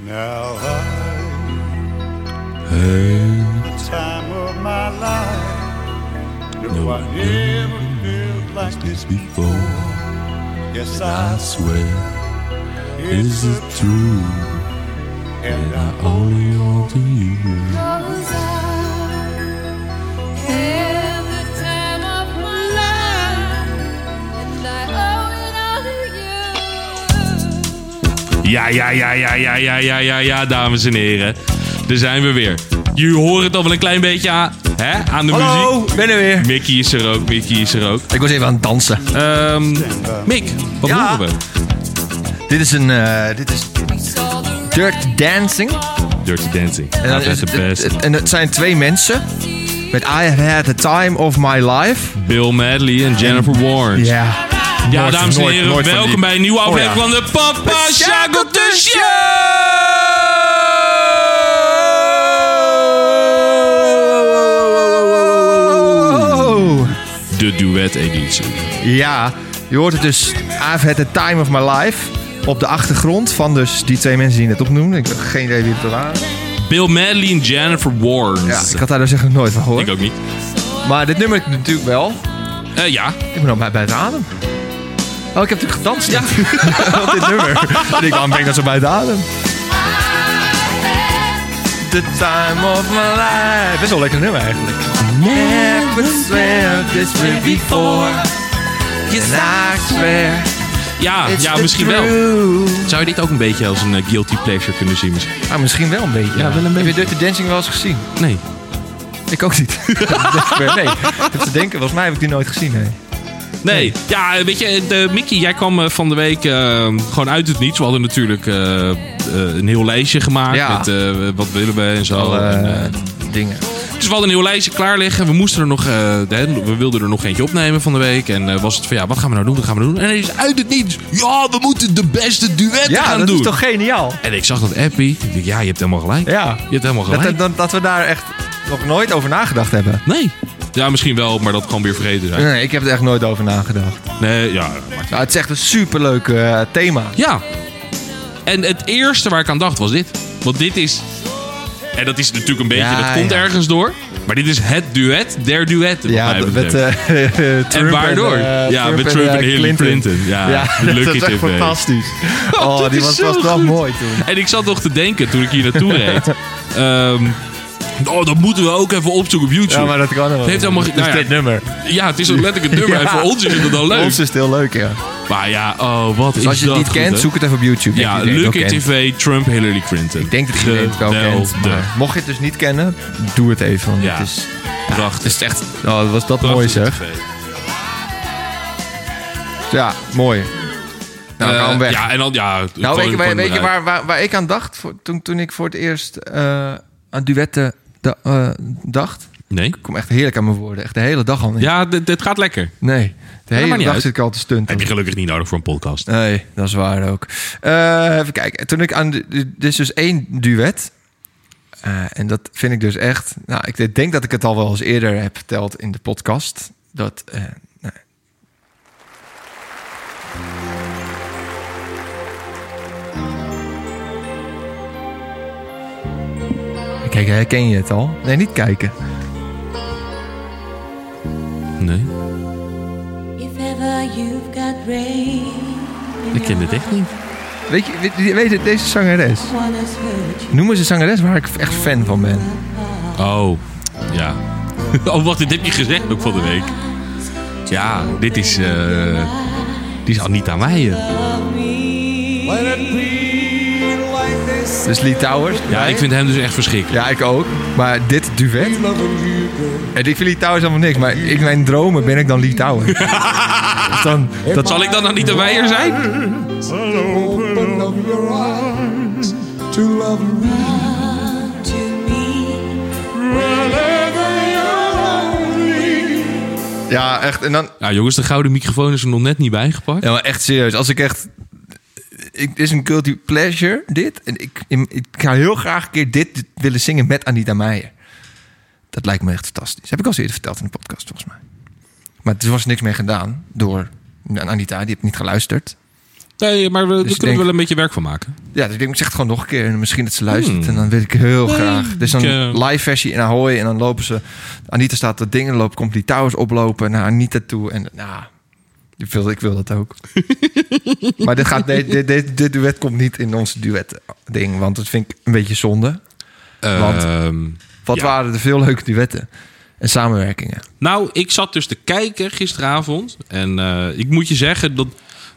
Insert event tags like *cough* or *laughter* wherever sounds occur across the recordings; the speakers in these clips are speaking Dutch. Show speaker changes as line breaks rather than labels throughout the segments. Now I, the time of my life, no, I never felt like this before. Yes, I,
I swear is it
the
true?
truth,
And I only want you. Ja, ja, ja, ja, ja, ja, ja, ja, ja, dames en heren. Daar zijn we weer. Jullie horen het al wel een klein beetje aan, hè? aan de muziek.
Hallo, ben er weer.
Mickey is er ook, Mickey is er ook.
Ik was even aan het dansen.
Ehm Mick, wat
Ja?
horen we?
Dit is een, eh, dit is Dirt Dancing.
Dirty Dancing.
dan
Dat
is
is de
Eh, het- het-
best.
het- en het zijn twee mensen. Met I have had the time of my life.
Bill Medley en Jennifer Warren.
Ja.
Ja,
Nooit-
dames en
nooit-
heren,
nooit van
welkom
die.
bij een nieuwe
Oh,
aflevering
ja.
van de Papa
Het
Shackle
Shackleton
de Show!
Oh.
De duet-editie.
Ja, je hoort het dus. I have had the time of my life. Op de achtergrond van dus die twee mensen die het opnoemden. Ik heb geen idee wie het er waren.
Bill Medley en Jennifer Warren.
Ja, ik had daar dus echt nog nooit van gehoord.
Ik ook niet.
Maar dit nummer ik natuurlijk wel.
Eh, ja,
Ik ben al bij, bij het adem. Oh, ik heb natuurlijk gedanst. Ja. *laughs* Op dit nummer. En ik waarom ben ik dat zo bij het adem? The time of my life. Best wel een lekker nummer eigenlijk. Never swear this way before. And I swear
ja,
it's
ja
the
misschien wel.
truth.
Zou je dit ook een beetje als een eh, guilty pleasure kunnen zien? misschien?
Ah, misschien wel een beetje.
Ja, wel een beetje.
Heb je Dirty Dancing wel eens gezien?
Nee.
Ik ook *laughs* niet. nee. Ik heb te denken, volgens mij heb ik die nooit gezien. Nee.
Nee, ja, eh, weet je, de, Mickey, jij kwam eh, van de week eh, gewoon uit het niets. We hadden natuurlijk eh, eh, een heel lijstje gemaakt
Ja.
met eh, wat willen we en zo.
Oh,
En,
Alle
eh,
dingen.
dus we hadden een heel lijstje klaar liggen. We moesten er nog, eh, hè, we wilden er nog eentje opnemen van de week. En eh, was het van, ja, wat gaan we nou doen, wat gaan we doen? En hij is uit het niets, ja, we moeten de beste duet
Ja,
gaan
dat
doen.
is toch geniaal?
En ik zag dat appie. Ik dacht, ja, je hebt helemaal gelijk.
Ja.
Je hebt helemaal
Dat,
gelijk.
dat- dat we daar echt nog nooit over nagedacht hebben.
Nee. Ja, misschien wel, maar dat kan weer vergeten zijn.
Nee, ik heb er echt nooit over nagedacht.
Nee, ja, maar-
Nou, het is echt een superleuk eh, thema.
Ja. En het eerste waar ik aan dacht was dit. Want dit is... En dat is natuurlijk een beetje...
Ja,
dat komt
ja.
ergens door. Maar dit is het duet der duetten. wat
Ja,
mij
met,
betreft.
eh, *laughs* Trump
en waardoor?
eh,
ja, met Trump en
eh,
Hillary Clinton. Ja, de
*laughs* dat
Lucky
was echt
TV.
fantastisch.
Oh,
Oh,
dat
die
is
was,
zo
was wel
goed.
mooi toen.
En ik zat nog te denken toen ik hier
*laughs*
naartoe reed. ehm, oh, dat moeten we ook even opzoeken op YouTube.
Ja, maar dat kan wel.
heeft helemaal ge-
Dus
nou ja.
dit nummer.
Ja, het is ook letterlijk een nummer. En
*laughs* Ja.
voor ons is het dan leuk.
Ons is het heel leuk, ja.
Maar ja, oh, wat is
Dus als je het
dat
niet
goed,
kent,
hè?
zoek het even op YouTube.
Ja,
Ik denk dat
Lucky
iedereen het wel kent.
TV, Trump, Hillary Clinton.
Ik denk dat iedereen het wel kent. maar Mocht je het dus niet kennen, doe het even. Want
eh. Ja.
het is,
Prachtig. Het is echt
oh, wat was dat mooi zeg. Ja, mooi. Nou, nou weg.
Eh, Ja, en dan, ja,
Nou, weet je,
gewoon-
waar,
gewoon
weet je
eruit.
waar, waar, waar ik aan dacht voor- toen, toen ik voor het eerst eh, aan duetten da- eh, dacht?
Nee?
Ik kom echt heerlijk aan mijn woorden. Echt de hele dag al niet.
Ja, dit, dit gaat lekker.
Nee, de
maakt
hele
niet
dag
uit.
zit ik al te stunten.
Heb je gelukkig niet nodig voor een podcast.
Nee, dat is waar ook. Eh, even kijken. Toen ik aan... de- Dit is dus één duet. Eh, en dat vind ik dus echt... Nou, ik denk dat ik het al wel eens eerder heb verteld in de podcast. Dat... eh, nou, Kijk, herken je het al? Nee, niet kijken.
Nee,
If ever you've got rain,
ik ken dit echt niet.
Weet je, weet, weet je deze zangeres?
one has hurt you.
Noem eens een zangeres waar ik echt fan van ben.
Oh, ja. *laughs* Oh, wacht, dit heb je gezegd ook van de week. Ja, dit is... eh dit is Anita Meijer.
Dus Lee Towers.
Ja, ik vind hem dus echt verschrikkelijk.
Ja, ik ook. Maar dit duet. En ik vind Lee Towers helemaal niks. Maar in mijn dromen ben ik dan Lee Towers. *laughs* Dus dan, dat
Zal ik dan Anita Meijer zijn?
Ja, echt. En dan...
Nou jongens, de gouden microfoon is er nog net niet bijgepakt.
Ja, maar echt serieus. Als ik echt... Ik, het is een guilty pleasure, dit. En ik, ik, ik ga heel graag een keer dit willen zingen met Anita Meijer. Dat lijkt me echt fantastisch. Heb ik al eens eerder verteld in de podcast, volgens mij. Maar er was niks mee gedaan door Anita. Die heeft niet geluisterd.
Nee, maar we, daar kunnen
Dus denk-
we wel een beetje werk van maken.
Ja, dus ik denk, zeg het gewoon nog een keer. En misschien dat ze luistert. En dan wil ik heel graag. Dus dan
Hmm. ik, eh,
live versie in Ahoy. En dan lopen ze... Anita staat dat ding en loopt. Komt die towers oplopen naar Anita toe. En nou, ik wil, ik wil dat
*laughs*
ook. maar dit, gaat, dit, dit, dit, dit duet komt niet in ons duet ding. Want dat vind ik een beetje zonde. Want-
Ehm,
Wat
Ja.
waren er veel leuke duetten. En samenwerkingen.
Nou, ik zat dus te kijken gisteravond. En eh, ik moet je zeggen dat.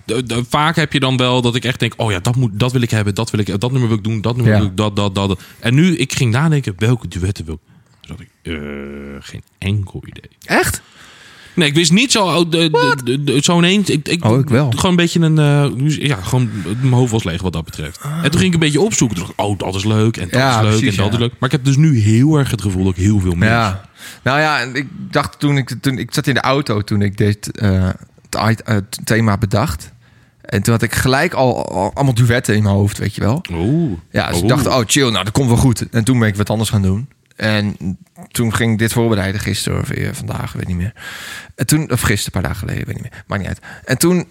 de- de- vaak heb je dan wel dat ik echt denk: oh ja, dat, moet, dat wil ik hebben, dat wil ik, dat nummer wil ik doen, dat nummer
Ja.
wil ik, dat, dat, dat. En nu, ik ging nadenken welke duetten wil ik. Toen dacht ik: eh, geen enkel idee.
Echt?
Nee, ik wist niet zo. oh, de- de- de- de- Zo ineens. Ik, ik,
Oh, ik wel.
Gewoon een beetje een. eh, ja, gewoon. Mijn hoofd was leeg wat dat betreft. En toen ging ik een beetje opzoeken. Toen dacht ik: oh, dat is leuk. En dat
Ah. Ja,
is leuk.
precies,
en dat
ja.
is leuk. Maar ik heb dus nu heel erg het gevoel dat ik heel veel mis.
Ja. Nou ja, en ik dacht toen ik, toen ik zat in de auto toen ik dit eh, het i- eh, het thema bedacht. En toen had ik gelijk al, al- allemaal duetten in mijn hoofd, weet je wel.
Oeh.
Ja, dus ik
Oeh.
dacht, oh chill, nou dat komt wel goed. En toen ben ik wat anders gaan doen. En toen ging ik dit voorbereiden gisteren of eh, vandaag, weet niet meer. En toen, of gisteren, een paar dagen geleden, weet niet meer. Maakt niet uit. En toen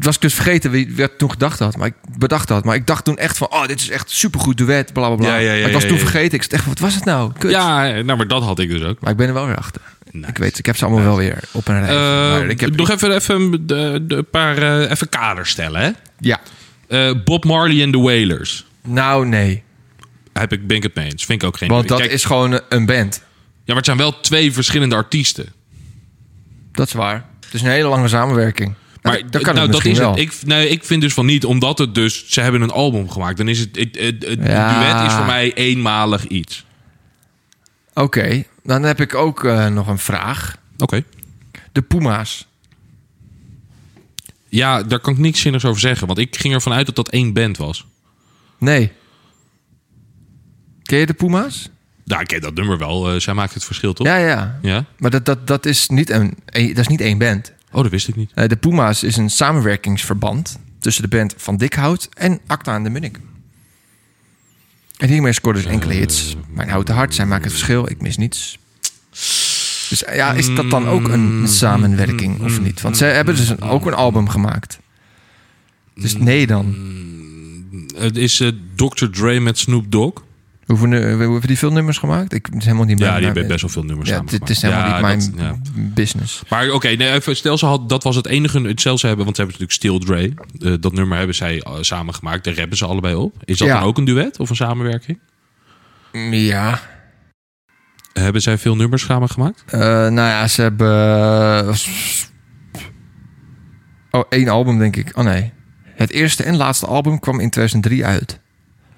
was ik dus vergeten wie wie ik toen gedacht had. Maar ik bedacht had. Maar ik dacht toen echt van, oh, dit is echt supergoed duet, bla bla bla.
Ja, ja, ja,
maar ik was
ja,
toen
ja.
vergeten. Ik dacht, wat was het nou? Kut.
Ja, nou, maar dat had ik dus ook.
Maar ik ben er wel weer achter.
Nice.
Ik weet, ik heb ze allemaal wel weer op een rij. Maar ik heb,
Eh, nog even, even de, de paar eh, even kaders stellen. Hè?
ja.
Eh, Bob Marley en de Wailers.
Nou, nee.
Heb ik, ben ik het mee eens. Vind ik ook geen...
Want dat
Kijk,
is gewoon een band.
Ja, maar het zijn wel twee verschillende artiesten.
Dat is waar. Het is een hele lange samenwerking.
Maar
Nou, dat kan
nou,
het misschien wel.
het. Ik, nee, ik vind dus van niet, omdat het dus... Ze hebben een album gemaakt. Dan is het... Het, het, het
Ja.
duet is voor mij eenmalig iets.
Oké, dan heb ik ook eh, nog een vraag.
Oké.
De Puma's.
Ja, daar kan ik niks zinnigs over zeggen. Want ik ging ervan uit dat dat één band was.
Nee. Ken je de Puma's?
Nou, ik ken dat nummer wel. eh, zij maakt het verschil, toch?
Ja, ja.
Ja?
Maar dat, dat, dat, is niet een, een- dat is niet één band.
Oh, dat wist ik niet.
Eh, de Puma's is een samenwerkingsverband tussen de band Van Dikhout en Acta en de Munnik. En hiermee scoorden ze enkele hits. Mijn houten hart, zij maken het verschil, ik mis niets. Dus eh, ja, is dat dan ook
Mm.
een samenwerking of niet? Want zij hebben dus een- ook een album gemaakt. Dus nee dan.
Het is eh, Dr. Dre met Snoop Dogg.
Hoeveel, nu- eh, hebben die veel nummers gemaakt? Ik het is helemaal niet
Ja,
mijn-
die hebben best
mijn-
wel veel nummers
Ja,
samengemaakt.
dit is helemaal
Ja,
niet mijn
dat- ja.
business.
Maar oké, nee, even, stel ze had, dat was het enige. Het stel ze hebben, want ze hebben natuurlijk Still Dre. Eh, dat nummer hebben zij eh, samen gemaakt. Daar rappen ze allebei op. Is dat
Ja.
dan ook een duet of een samenwerking?
Ja.
Hebben zij veel nummers samen gemaakt?
Eh, nou ja, ze hebben. eh, oh, één album, denk ik. Oh nee. Het eerste en laatste album kwam in 2003 uit.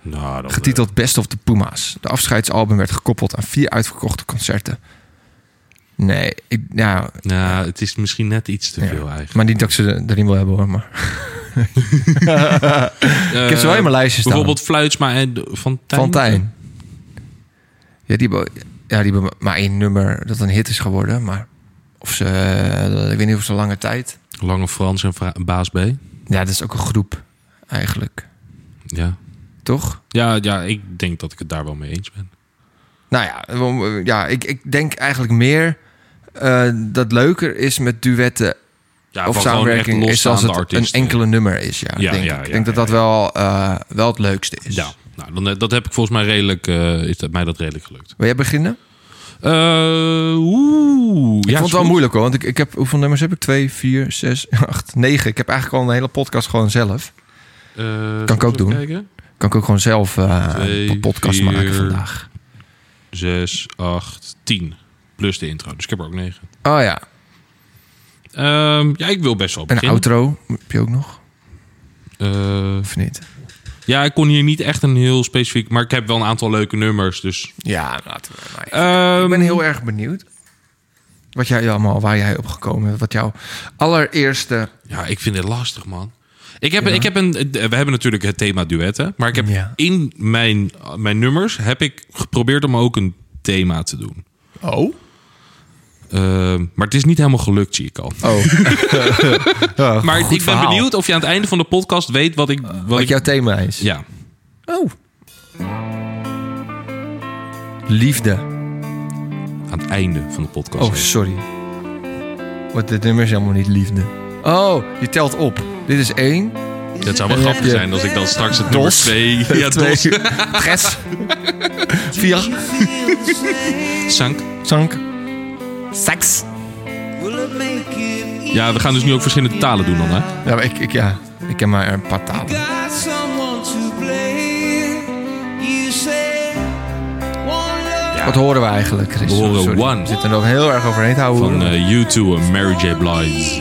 Nou, dat,
Getiteld Best of the Puma's. De afscheidsalbum werd gekoppeld aan vier uitverkochte concerten. Nee, ik, nou,
eh, nou, het is misschien net iets te veel eigenlijk.
maar niet dat ik ze erin wil hebben hoor. Maar. ik heb ze wel in mijn lijstje staan.
Bijvoorbeeld Fluitsma en de- Van Tijn.
Fantijn. Ja, die hebben, ja, die hebben maar één nummer dat een hit is geworden. Maar of ze, eh, ik weet niet of ze lange tijd.
Lange Frans en Fra- Baas B.
Ja, dat is ook een groep eigenlijk.
Ja.
Toch?
Ja, ja, ik denk dat ik het daar wel mee eens ben.
Nou ja, eh, ja ik, ik denk eigenlijk meer eh, dat leuker is met duetten
Ja, van gewoon
of
echt
samenwerking is als
losstaande
het
artiesten.
een enkele nummer is. Ja,
Ja,
denk
ja,
ik. ik
ja,
denk dat
ja,
dat wel, eh, wel het leukste is.
Ja, nou, dan, eh, dat heb ik volgens mij redelijk, eh, is dat, mij dat redelijk gelukt.
Wil jij beginnen?
Eh, Oeh.
Ik
ja,
vond
is
het wel
goed.
moeilijk hoor, want ik, ik heb, hoeveel nummers heb ik? Twee, vier, zes, *laughs* acht, negen. Ik heb eigenlijk al een hele podcast gewoon zelf.
Eh,
Kan ik ook
even
doen.
kijken.
Kan ik ook gewoon zelf eh,
Twee,
een podcast
vier.
maken vandaag.
Zes, acht, tien. Plus de intro. Dus ik heb er ook negen.
Oh ja,
Ehm, ja, ik wil best wel
een
beginnen.
outro heb je ook nog,
Eh,
of niet?
ja, ik kon hier niet echt een heel specifiek... Maar ik heb wel een aantal leuke nummers. Dus,
Ja, laten we maar.
Ehm,
Ik ben heel erg benieuwd. Wat jij allemaal, waar jij op gekomen bent. Wat jouw allereerste.
Ja, ik vind dit lastig, man. Ik heb, ik heb een, eh, we hebben natuurlijk het thema duetten. Maar ik heb
Ja.
in mijn, eh, mijn nummers heb ik geprobeerd om ook een thema te doen.
Oh?
Ehm, maar het is niet helemaal gelukt, zie ik al.
Oh.
Maar ik ben
verhaal. Eh,
benieuwd of je aan het einde van de podcast weet wat ik... *laughs* Wat
Wat
ik
jouw thema is.
ja.
Oh. Liefde.
aan het einde van de podcast.
Oh, sorry. Want dit nummer is helemaal niet liefde. Oh, je telt op. Dit is één.
Dat zou wel
En dan
grappig
heb je
zijn als ik dan straks het nummer
Dos. *laughs*
twee... Ja,
Twee.
dos.
Tres. Vier.
Sank.
Zank. Seks.
Ja, we gaan dus nu ook verschillende talen doen dan, hè?
Ja, maar ik, ik, ja, ik ken maar een paar talen.
Got someone to blame. You say one love.
Wat horen we eigenlijk, Chris?
We horen One.
We zitten er ook heel erg overheen te houden.
Van eh U2 en Mary J. Blige.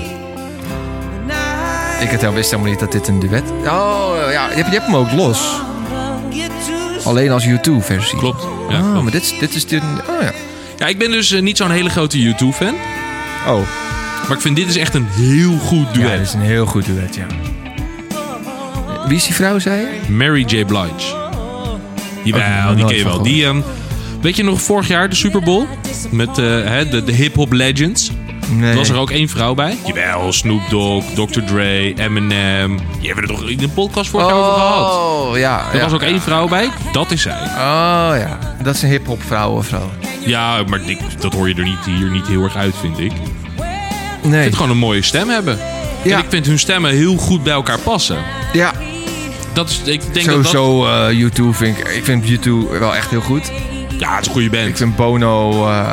ik het wist helemaal niet dat dit een duet... Oh, ja, je hebt, je hebt hem ook los. Alleen als U2-versie.
Klopt. Ja,
Ah,
klopt.
maar dit, is- dit is... Dit, oh ja.
ja, ik ben dus eh, niet zo'n hele grote U2-fan.
Oh,
Maar ik vind dit is echt een heel goed
ja, dit
duet.
is een heel goed duet, ja. Wie is die vrouw, zei je?
Mary J. Blige.
Ook
Jawel, die
nog Oh, nooit
ken je
van
wel. Die, ehm, weet je nog vorig jaar de Super Bowl? Met eh, hè, de, de hip-hop legends.
Nee.
Er was er ook één vrouw bij. Jawel, Snoop Dogg, Dr. Dre, Eminem. Die hebben we er toch in de podcast vorig jaar over gehad.
Oh, ja.
Er was ook één vrouw bij. Dat is zij.
Oh ja, dat is een hip-hop vrouw of zo.
Ja, maar ik- dat hoor je er niet, hier niet heel erg uit, vind ik. Ik
Nee.
vind gewoon een mooie stem hebben.
Ja.
En ik vind hun stemmen heel goed bij elkaar passen.
Ja,
Dat is, ik denk dat dat...
sowieso eh U2 vind ik... Ik vind U2 wel echt heel goed.
Ja, het is een goede
Ik
band.
vind Bono... eh,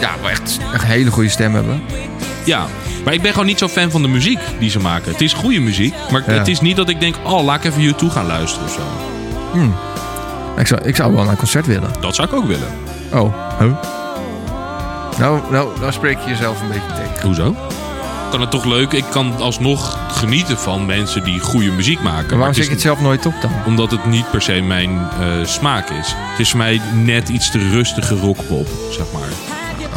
ja, wel echt echt een hele goede stem hebben.
Ja. Maar ik ben gewoon niet zo fan van de muziek die ze maken. Het is goede muziek, maar
Ja.
het is niet dat ik denk... Oh, laat ik even YouTube gaan luisteren of zo.
Ik zou, ik zou wel naar een concert willen.
Dat zou ik ook willen.
Oh. Nou, nou, nou spreek je jezelf een beetje tegen.
Hoezo? Ik kan het toch leuk... Ik kan alsnog genieten van mensen die goede muziek maken.
Maar
Maar
waarom
het
zet
is
je het zelf nooit op dan?
Omdat het niet per se mijn eh, smaak is. Het is voor mij net iets te rustige rockpop, zeg maar.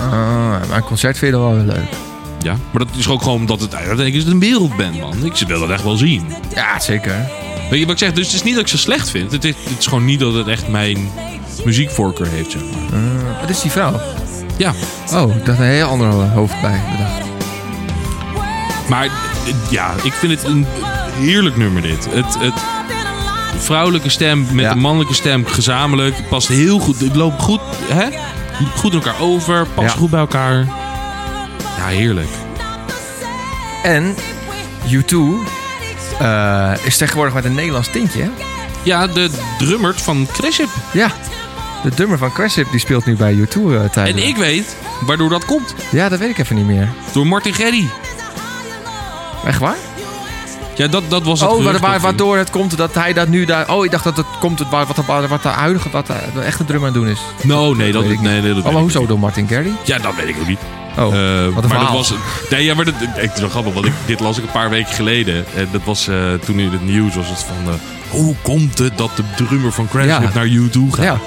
Ah, maar een concert vind je dan wel weer leuk.
Ja, maar dat is ook gewoon omdat het uiteindelijk is het een wereldband, man. Ik wil dat echt wel zien.
Ja, zeker.
Weet je wat ik zeg? Dus het is niet dat ik ze slecht vind. Het is, het is gewoon niet dat het echt mijn muziekvoorkeur heeft, zeg maar.
Eh, Wat is die vrouw?
Ja,
Oh, ik dacht een heel ander hoofd bij. bedacht.
maar eh, ja, ik vind het een heerlijk nummer dit. Het, het vrouwelijke stem met
Ja.
de mannelijke stem gezamenlijk het past heel goed. Het loopt goed, hè? Goed in elkaar over, past
Ja.
goed bij elkaar. Ja, heerlijk.
En U2 eh, is tegenwoordig met een Nederlands tintje, hè?
Ja, de drummer van Creship.
Ja. De drummer van Craship die speelt nu bij U2 eh,
En
tijdelijk.
ik weet waardoor dat komt.
Ja, dat weet ik even niet meer.
Door Martin Gerry.
Echt waar?
Ja, dat, dat was het
oh, waar,
gerucht
waar,
dat hij-
waardoor het komt dat hij dat nu daar... Oh, ik dacht dat het komt het, wat, wat, wat de huidige, wat de, de echte drummer aan het doen is.
No, nee, dat,
weet
nee,
ik
nee, dat weet
Oh, maar
ik
hoezo
niet.
door Martin Gerry?
Ja, dat weet ik ook niet.
Oh,
Eh,
wat een
maar dat
verhaal.
was. Nee, ja, maar dat, ik- het is wel grappig, want ik, dit las ik een paar weken geleden. En dat was eh, toen in het nieuws was het van. eh, hoe komt het dat de drummer van Crash
Ja.
Hip naar U toe gaat?
Ja,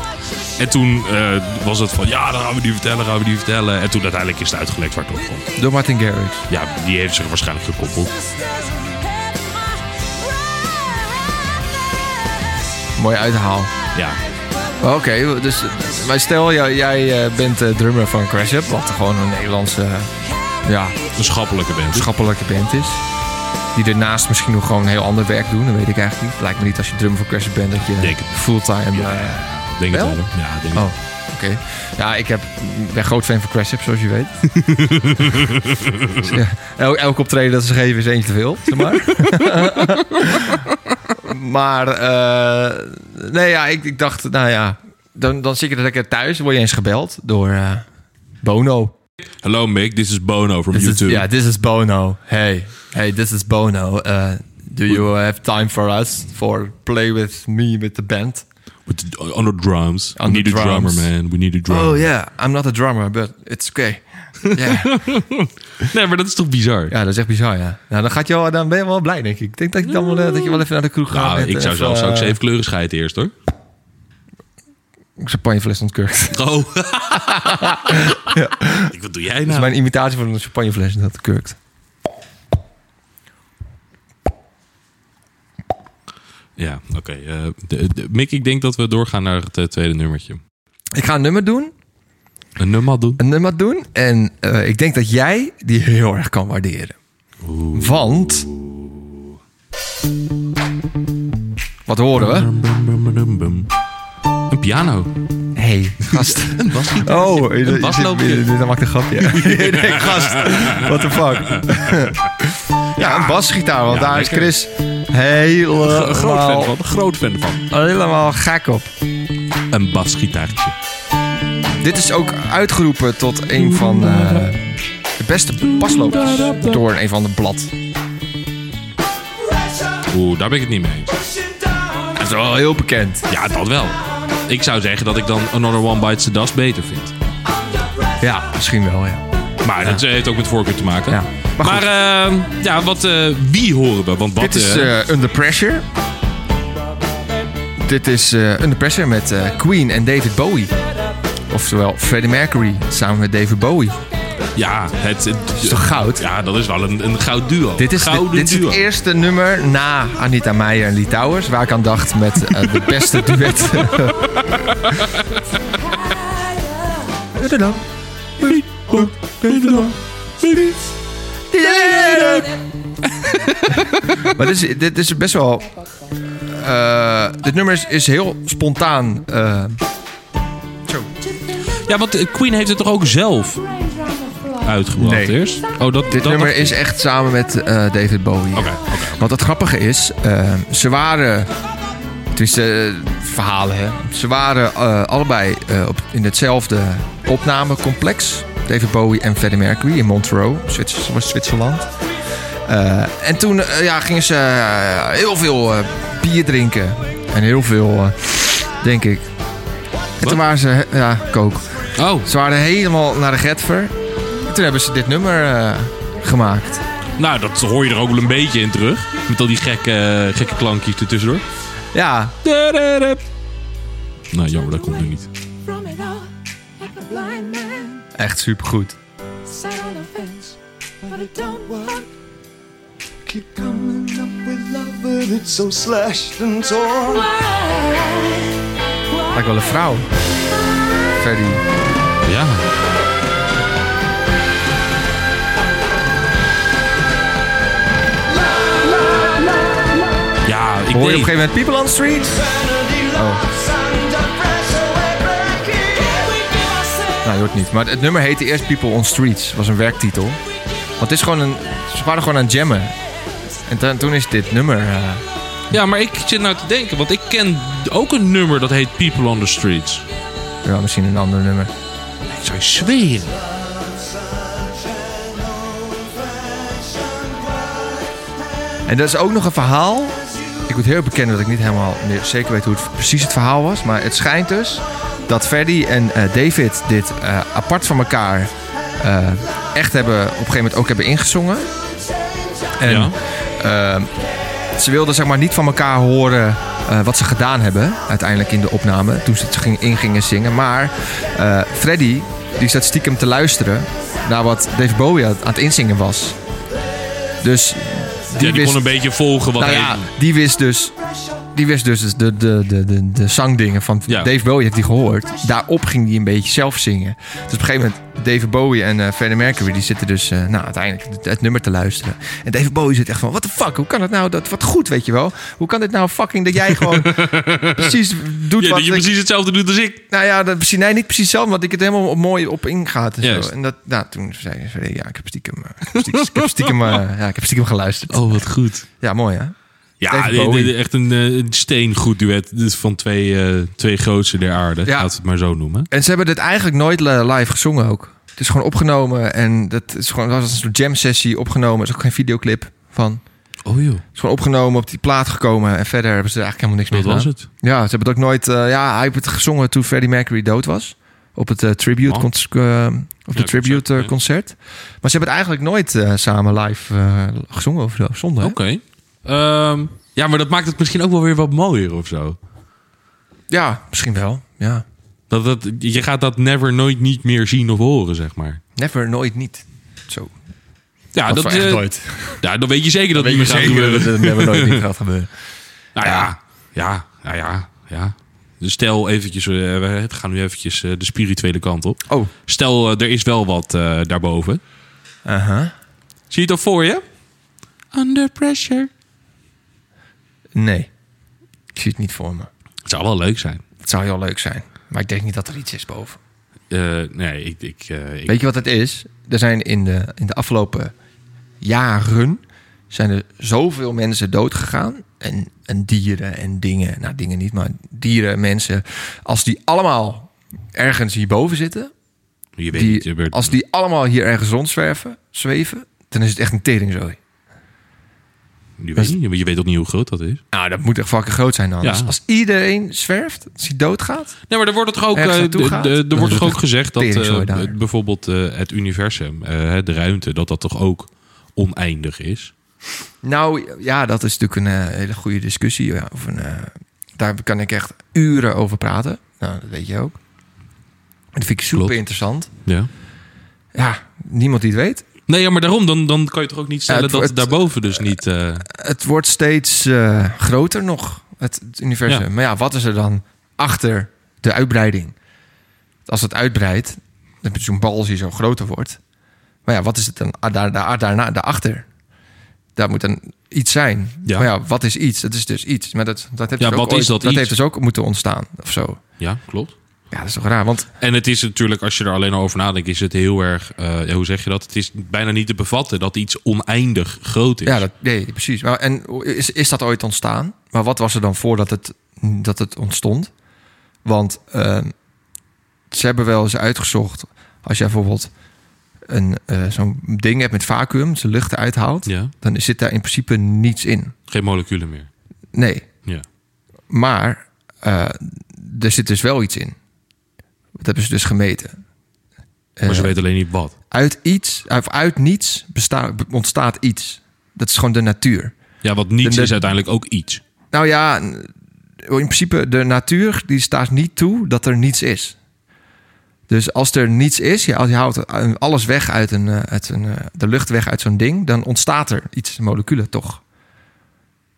En toen eh, was het van. Ja, dan gaan we die vertellen, gaan we die vertellen. En toen uiteindelijk is het uitgelekt waar het op komt.
door Martin Garrix.
Ja, die heeft zich waarschijnlijk gekoppeld.
Mooi uithaal.
Ja.
Oké, dus, maar stel, jij, jij eh, bent eh, drummer van Crash Up, wat gewoon een Nederlandse eh, ja,
Een schappelijke band.
schappelijke band is. Die daarnaast misschien nog gewoon een heel ander werk doen, dat weet ik eigenlijk niet. Lijkt me niet als je drummer van Crash Up bent dat je
Denk het.
fulltime...
Ja.
eh,
denk
wel?
het wel. hè? Ja, denk
oh, oké. Ja, ik heb, ik ben groot fan van Crash Up, zoals je weet. Dus, ja, el, elk optreden dat ze geven is eentje te veel, zeg maar. *laughs* maar, eh, nee, ja, ik, ik dacht, nou ja, dan, dan zit je er lekker thuis. Dan word je eens gebeld door eh, Bono.
Hello Mick, this is Bono from
This is-
U2.
Ja, this is Bono. Hey, hey, this is Bono. Uh, do you have time for us? For play with me with the band?
With the- on the drums. we
On the
need a drummer,
drums.
man. We need a drummer.
Oh yeah, I'm not a drummer, but it's okay. Yeah.
Nee, maar dat is toch bizar?
Ja, dat is echt bizar, ja. Nou, dan, gaat je wel, dan ben je wel blij, denk ik. Ik denk dat, ik dan wel, eh, dat je wel even naar de kroeg gaat.
Nou,
met,
ik zou
even,
zelfs ook
eh,
zeven kleuren scheiden eerst hoor.
een eh, champagnefles ontkurkt. *laughs*
Oh. Ik, wat doe jij
Dat
nou?
is Dus mijn imitatie van een champagnefles dat kurkt.
Ja, oké. eh, de- de- Mick, ik denk dat we doorgaan naar het eh, tweede nummertje.
Ik ga een nummer doen.
Een nummer doen.
Een nummer doen. En eh, ik denk dat jij die heel erg kan waarderen. Want... Wat horen we?
Bum, bum, bum, bum, bum. Een piano.
hey, gast.
*laughs* Een basgitaar.
Oh, je- je
een
zit-
basloopje. *laughs*
*laughs* je- dit- dat maakt een grapje. nee, gast. What the fuck. *laughs* Ja, een basgitaar, want
Ja,
daar
lekker.
is Chris Eh,
Een groot fan
helemaal,
van. Groot fan van.
helemaal gek op.
Een basgitaartje.
Dit is ook uitgeroepen tot een van eh, de beste paslopers door een van de blad.
Oeh, daar ben ik het niet mee eens.
Dat is wel heel bekend.
Ja, dat wel. Ik zou zeggen dat ik dan Another One Bites the Dust beter vind.
Ja, misschien wel, ja.
Maar dat heeft ook met voorkeur te maken.
Ja.
Maar,
Maar goed.
eh, ja, wat, eh, wie horen we? Want wat,
Dit is
eh,
eh, Under Pressure. Dit is eh, Under Pressure met eh, Queen en David Bowie. Oftewel Freddie Mercury samen met David Bowie.
ja, het, het-
Dat is toch goud?
ja, dat is wel een, een goud duo.
Dit is,
Gouden
dit, dit is
duo.
het eerste nummer na Anita Meijer en Lee Towers... waar ik aan dacht met
*laughs*
eh, de beste duet. *laughs* maar dit is, dit is best wel... eh, dit nummer is, is heel spontaan. eh,
Ja, want eh, Queen heeft het toch ook zelf uitgebracht
Nee.
eerst? Oh, dat,
dit
dat-
nummer
dat-
is echt samen met eh, David Bowie.
Oké, oké.
Want het grappige is, eh, ze waren. Tenminste, eh, verhalen hè. Ze waren eh, allebei eh, op, in hetzelfde opnamecomplex. David Bowie en Freddie Mercury in Montreux, Zwitser- Zwitserland. Eh, en toen eh, ja, gingen ze eh, heel veel eh, bier drinken. En heel veel, eh, denk ik. En
Wat?
toen waren ze, ja, kook.
Oh,
Ze waren helemaal naar de getver. En toen hebben ze dit nummer eh, gemaakt.
nou, dat hoor je er ook wel een beetje in terug. Met al die gekke, gekke klankjes ertussendoor.
Ja,
Nou, jammer, dat komt nu niet.
From it all, like a blind man
echt supergoed.
sat on a fence, but it don't work.
Keep coming up with love, but it's so slashed and torn.
Lijkt wel een vrouw. Ferry.
Ja. Ja, ik
Hoor je op een
denk-
gegeven moment People on the Street? Nou, je hoort het niet. Maar het nummer heette eerst People on Streets. was een werktitel. Want het is gewoon een... Ze waren gewoon aan het jammen. En dan- toen is dit nummer... eh,
Ja, maar ik zit nou te denken, want ik ken ook een nummer dat heet People on the Streets.
ja, misschien een ander nummer.
Ik zou je zweren.
En dat is ook nog een verhaal. Ik moet heel bekennen dat ik niet helemaal meer zeker weet hoe het precies het verhaal was. Maar het schijnt dus dat Ferdy en eh, David dit eh, apart van elkaar eh, echt hebben op een gegeven moment ook hebben ingezongen. En
Ja.
ehm, ze wilden zeg maar niet van elkaar horen eh, wat ze gedaan hebben uiteindelijk in de opname. Toen ze het ging, in gingen zingen. Maar eh, Freddy die zat stiekem te luisteren naar wat Dave Bowie aan aan het inzingen was. Dus
Die, ja, die
wist-
kon een beetje volgen wat
nou
hij...
ja, die wist dus. Die wist dus de, de, de, de, de zangdingen van
Ja.
Dave Bowie, heeft hij gehoord. Daarop ging hij een beetje zelf zingen. Dus op een gegeven moment, David Bowie en eh Freddie Mercury, die zitten dus eh, nou, uiteindelijk het, het nummer te luisteren. En David Bowie zit echt van, what the fuck, hoe kan het nou, dat, wat goed, weet je wel. Hoe kan dit nou fucking, dat
*laughs*
jij gewoon precies doet
Ja,
wat
dat je
ik-
precies hetzelfde doet als ik.
nou ja, dat, precies, nee, niet precies zelf, want ik het helemaal op- mooi op ingaat. En,
Juist.
zo. en dat, nou, toen zei ze, ja, ik heb stiekem, eh, ik heb stiekem, ik heb stiekem, eh, ja, ik heb stiekem geluisterd.
Oh, wat goed.
Ja, mooi hè?
Ja,
David
dit- dit-
Bowie.
echt een, eh, een steengoed duet Dus van twee, eh, twee grootste der aarde.
Ja.
Laten we het maar zo noemen.
En ze hebben dit eigenlijk nooit li- live gezongen ook. Het is gewoon opgenomen en dat is gewoon dat was een soort jam sessie opgenomen. Er is ook geen videoclip van.
Oh joh,
Het is gewoon opgenomen, op die plaat gekomen en verder hebben ze er eigenlijk helemaal
dat
niks mee
was
gedaan.
het.
Ja, ze hebben het ook nooit. eh, ja, hij heeft het gezongen toen Freddie Mercury dood was. Op het eh, tribute,
Oh.
cons- eh, op de
Ja,
tribute
concert,
eh,
ja.
concert. Maar ze hebben het eigenlijk nooit eh, samen live eh, gezongen of zo. Zonde. hè?
Oké. Ehm, ja, maar dat maakt het misschien ook wel weer wat mooier of zo.
Ja, misschien wel. Ja.
Dat, dat, je gaat dat never nooit niet meer zien of horen, zeg maar.
Never, nooit, niet. Zo.
Ja,
Dat
dat,
was echt
eh,
nooit.
ja, dan weet je zeker dat het
Weet
niet
je
meer gaat
zeker
gebeuren.
dat het never, nooit, niet gaat gebeuren.
*laughs* Nou ja, ja, nou ja, ja. Dus stel eventjes, eh, we gaan nu eventjes eh, de spirituele kant op.
Oh.
Stel, eh, er is wel wat eh, daarboven.
Aha.
Zie je het al voor je? Under pressure.
Nee. Ik zie het niet voor me.
Het zou wel leuk zijn.
Het zou heel leuk zijn. Maar ik denk niet dat er iets is boven.
Eh, nee, ik... ik, eh, ik-
Weet je wat het is? Er zijn in de, in de afgelopen jaren zijn er zoveel mensen doodgegaan. En, en dieren en dingen. Nou, dingen niet, maar dieren, mensen. Als die allemaal ergens hierboven zitten.
Je weet niet, je
Die,
bent-
als die allemaal hier ergens rondzwerven, zweven. Dan is het echt een teringzooi.
je, weet niet, je weet ook niet hoe groot dat is.
Nou, dat moet echt fucking groot zijn dan.
Ja.
Als, als iedereen zwerft, als hij doodgaat.
Nee, maar er wordt toch ook,
Ergens
eh,
naartoe
de-
gaat,
de-
dan
er
is
wordt
het
toch ook
echt
gezegd dat
teringzooi
eh,
daar.
het- bijvoorbeeld eh, het universum, eh, hè, de ruimte, dat dat toch ook oneindig is.
Nou ja, dat is natuurlijk een eh, hele goede discussie. Ja, of een, eh, daar kan ik echt uren over praten. Nou, dat weet je ook. Dat vind ik super
Klopt.
interessant.
Ja.
Ja, niemand die het weet.
Nee, ja, maar daarom, dan, dan kan je toch ook niet stellen
Ja, het
dat het
wordt-
daarboven dus niet... eh,
Het wordt steeds eh, groter nog, het, het universum.
Ja.
Maar ja, wat is er dan achter de uitbreiding? Als het uitbreidt, dan heb je zo'n bal die zo groter wordt. Maar ja, wat is het dan ah, daar, daar, daarna, daarachter? Daar moet dan iets zijn.
Ja.
Maar ja, wat is iets? Dat is dus iets. Maar dat, dat, heeft
Ja,
dus ook
wat is
ooit-
dat
dat
iets?
heeft dus ook moeten ontstaan of zo.
ja, klopt.
Ja, dat is toch raar, want
En het is natuurlijk, als je er alleen al over nadenkt, is het heel erg... eh, ja, hoe zeg je dat? Het is bijna niet te bevatten dat iets oneindig groot is.
ja, dat, nee, precies. Maar, en is, is dat ooit ontstaan? Maar wat was er dan voordat het, dat het ontstond? Want ehm, ze hebben wel eens uitgezocht, als jij bijvoorbeeld een, eh, zo'n ding hebt met vacuüm, ze lucht eruit haalt,
Ja.
dan zit daar in principe niets in.
Geen moleculen meer.
Nee,
Ja.
maar eh, er zit dus wel iets in. Dat hebben ze dus gemeten.
Maar ze
Eh,
weten alleen niet wat.
uit iets, of uit niets besta- ontstaat iets. Dat is gewoon de natuur.
Ja, want niets
de- de-
is uiteindelijk ook iets.
Nou ja, in principe de natuur die staat niet toe dat er niets is. Dus als er niets is, je, je houdt alles weg uit, een, eh, uit een, eh, de lucht weg uit zo'n ding, dan ontstaat er iets, moleculen toch.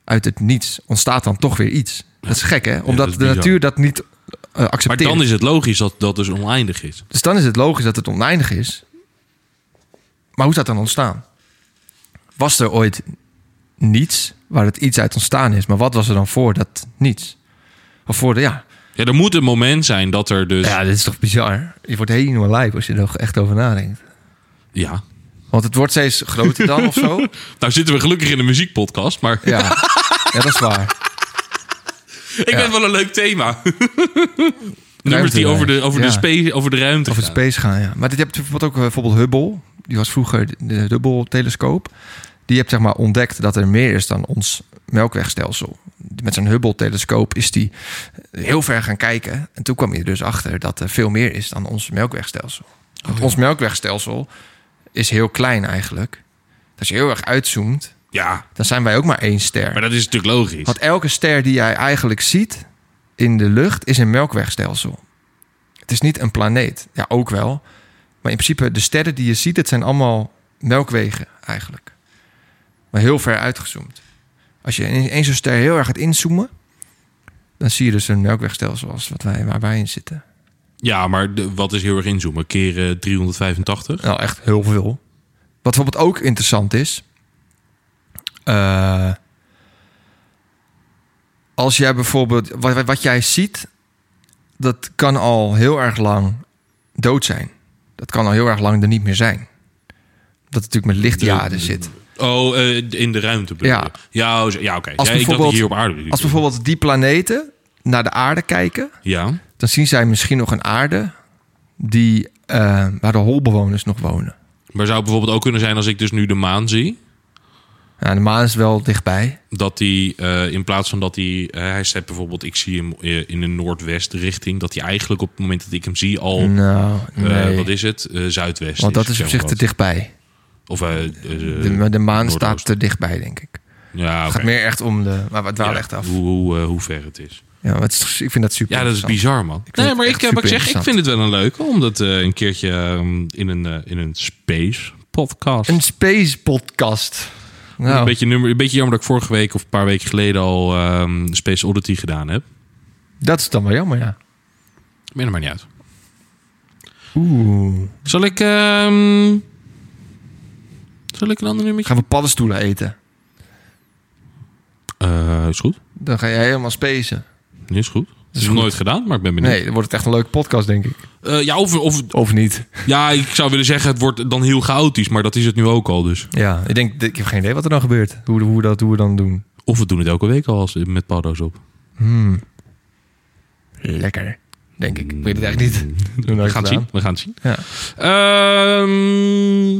Uit het niets ontstaat dan toch weer iets. Dat is gek, hè? Omdat
dat is
de
bizar.
natuur dat niet eh,
Maar
accepteert.
dan is het logisch dat dat dus oneindig is.
Dus dan is het logisch dat het oneindig is. Maar hoe is dat dan ontstaan? Was er ooit niets waar het iets uit ontstaan is? Maar wat was er dan voor dat niets? Of voor de, ja.
Ja, er moet een moment zijn dat er dus...
Ja, dit is toch bizar? Je wordt helemaal lijp als je er echt over nadenkt.
ja.
Want het wordt steeds groter dan of zo.
Nou zitten we gelukkig in een muziekpodcast, maar
Ja. ja, dat is waar.
ik vind het wel een leuk thema. *laughs* Nummers die
Ruimtereis.
over de, over, de
Ja.
space, over de ruimte
Over het
gaan.
space gaan, ja. Maar dit heb je bijvoorbeeld ook eh, bijvoorbeeld Hubble. Die was vroeger de- de Hubble-telescoop. Die heeft zeg maar ontdekt dat er meer is dan ons melkwegstelsel. Met zijn Hubble-telescoop is die eh, heel ver gaan kijken. En toen kwam je er dus achter dat er veel meer is dan ons melkwegstelsel. Want ons melkwegstelsel is heel klein eigenlijk. Dus Als je heel erg uitzoomt,
Ja,
dan zijn wij ook maar één ster.
maar dat is natuurlijk logisch.
Want elke ster die jij eigenlijk ziet in de lucht is een melkwegstelsel. Het is niet een planeet. Ja, ook wel. Maar in principe, de sterren die je ziet, het zijn allemaal melkwegen eigenlijk. Maar heel ver uitgezoomd. Als je in één zo'n ster heel erg gaat inzoomen, dan zie je dus een melkwegstelsel als wat wij, waar wij in zitten.
Ja, maar de- wat is heel erg inzoomen? Keer eh, 385?
Nou, echt heel veel. Wat bijvoorbeeld ook interessant is. eh, als jij bijvoorbeeld. Wat, wat- wat jij ziet. Dat kan al heel erg lang dood zijn. Dat kan al heel erg lang er niet meer zijn. Dat het natuurlijk met lichtjaren zit.
Oh, eh, in de ruimte bedoel
Ja.
je? Ja, oh, zo- ja oké. Ja, ik
Als
dacht dat
bijvoorbeeld-
je hier op aarde
Als bijvoorbeeld die planeten naar de aarde kijken.
Ja,
Dan zien zij misschien nog een aarde. Die, eh, waar de holbewoners nog wonen.
maar zou het bijvoorbeeld ook kunnen zijn als ik dus nu de maan zie...
Ja, Nou, de maan is wel dichtbij.
dat hij in plaats van dat hij, eh, hij zegt bijvoorbeeld, ik zie hem eh, in een noordwestrichting, dat hij eigenlijk op het moment dat ik hem zie al,
Nou,
eh,
nee.
wat is het, Eh, zuidwest.
Want dat is
zeg
op zich
maar
te
wat.
dichtbij.
Of eh, eh,
De, de maan
Noordoost.
staat te dichtbij, denk ik.
ja,
Het
oké.
gaat meer echt om de... Maar het dwaalt
Ja,
echt af.
Hoe, hoe, eh, hoe ver het is.
Ja, maar het is- ik vind dat super
Ja, dat is
interessant.
bizar, man.
vind
Nee,
het
maar ik,
echt
eh, wat ik
super
zeg, ik vind het wel een leuke, omdat eh, een keertje ehm, in, een, eh, in een space podcast.
Een space podcast.
Een,
Nou,
beetje nummer, een beetje jammer dat ik vorige week of een paar weken geleden al ehm, Space Oddity gedaan heb.
dat is dan wel jammer, ja.
Maar dat maakt niet uit.
Oeh.
Zal ik, ehm, zal ik een ander nummertje?
Gaan we paddenstoelen eten?
Eh, is goed.
Dan ga jij helemaal spacen.
Eh, Nee, is goed. is nog nooit gedaan, maar ik ben benieuwd.
Nee, dan wordt het echt een leuke podcast, denk ik.
Eh, ja, of, of,
Of niet.
ja, ik zou willen zeggen, het wordt dan heel chaotisch, maar dat is het nu ook al dus.
Ja, ik denk, ik heb geen idee wat er dan gebeurt. Hoe, hoe, dat, hoe we dan doen.
Of we doen het elke week al als, met paddo's op.
Lekker, denk ik. Ik weet het echt
*laughs*
niet. nou
We gaan het zien. We gaan het zien.
Ja.
Ehm,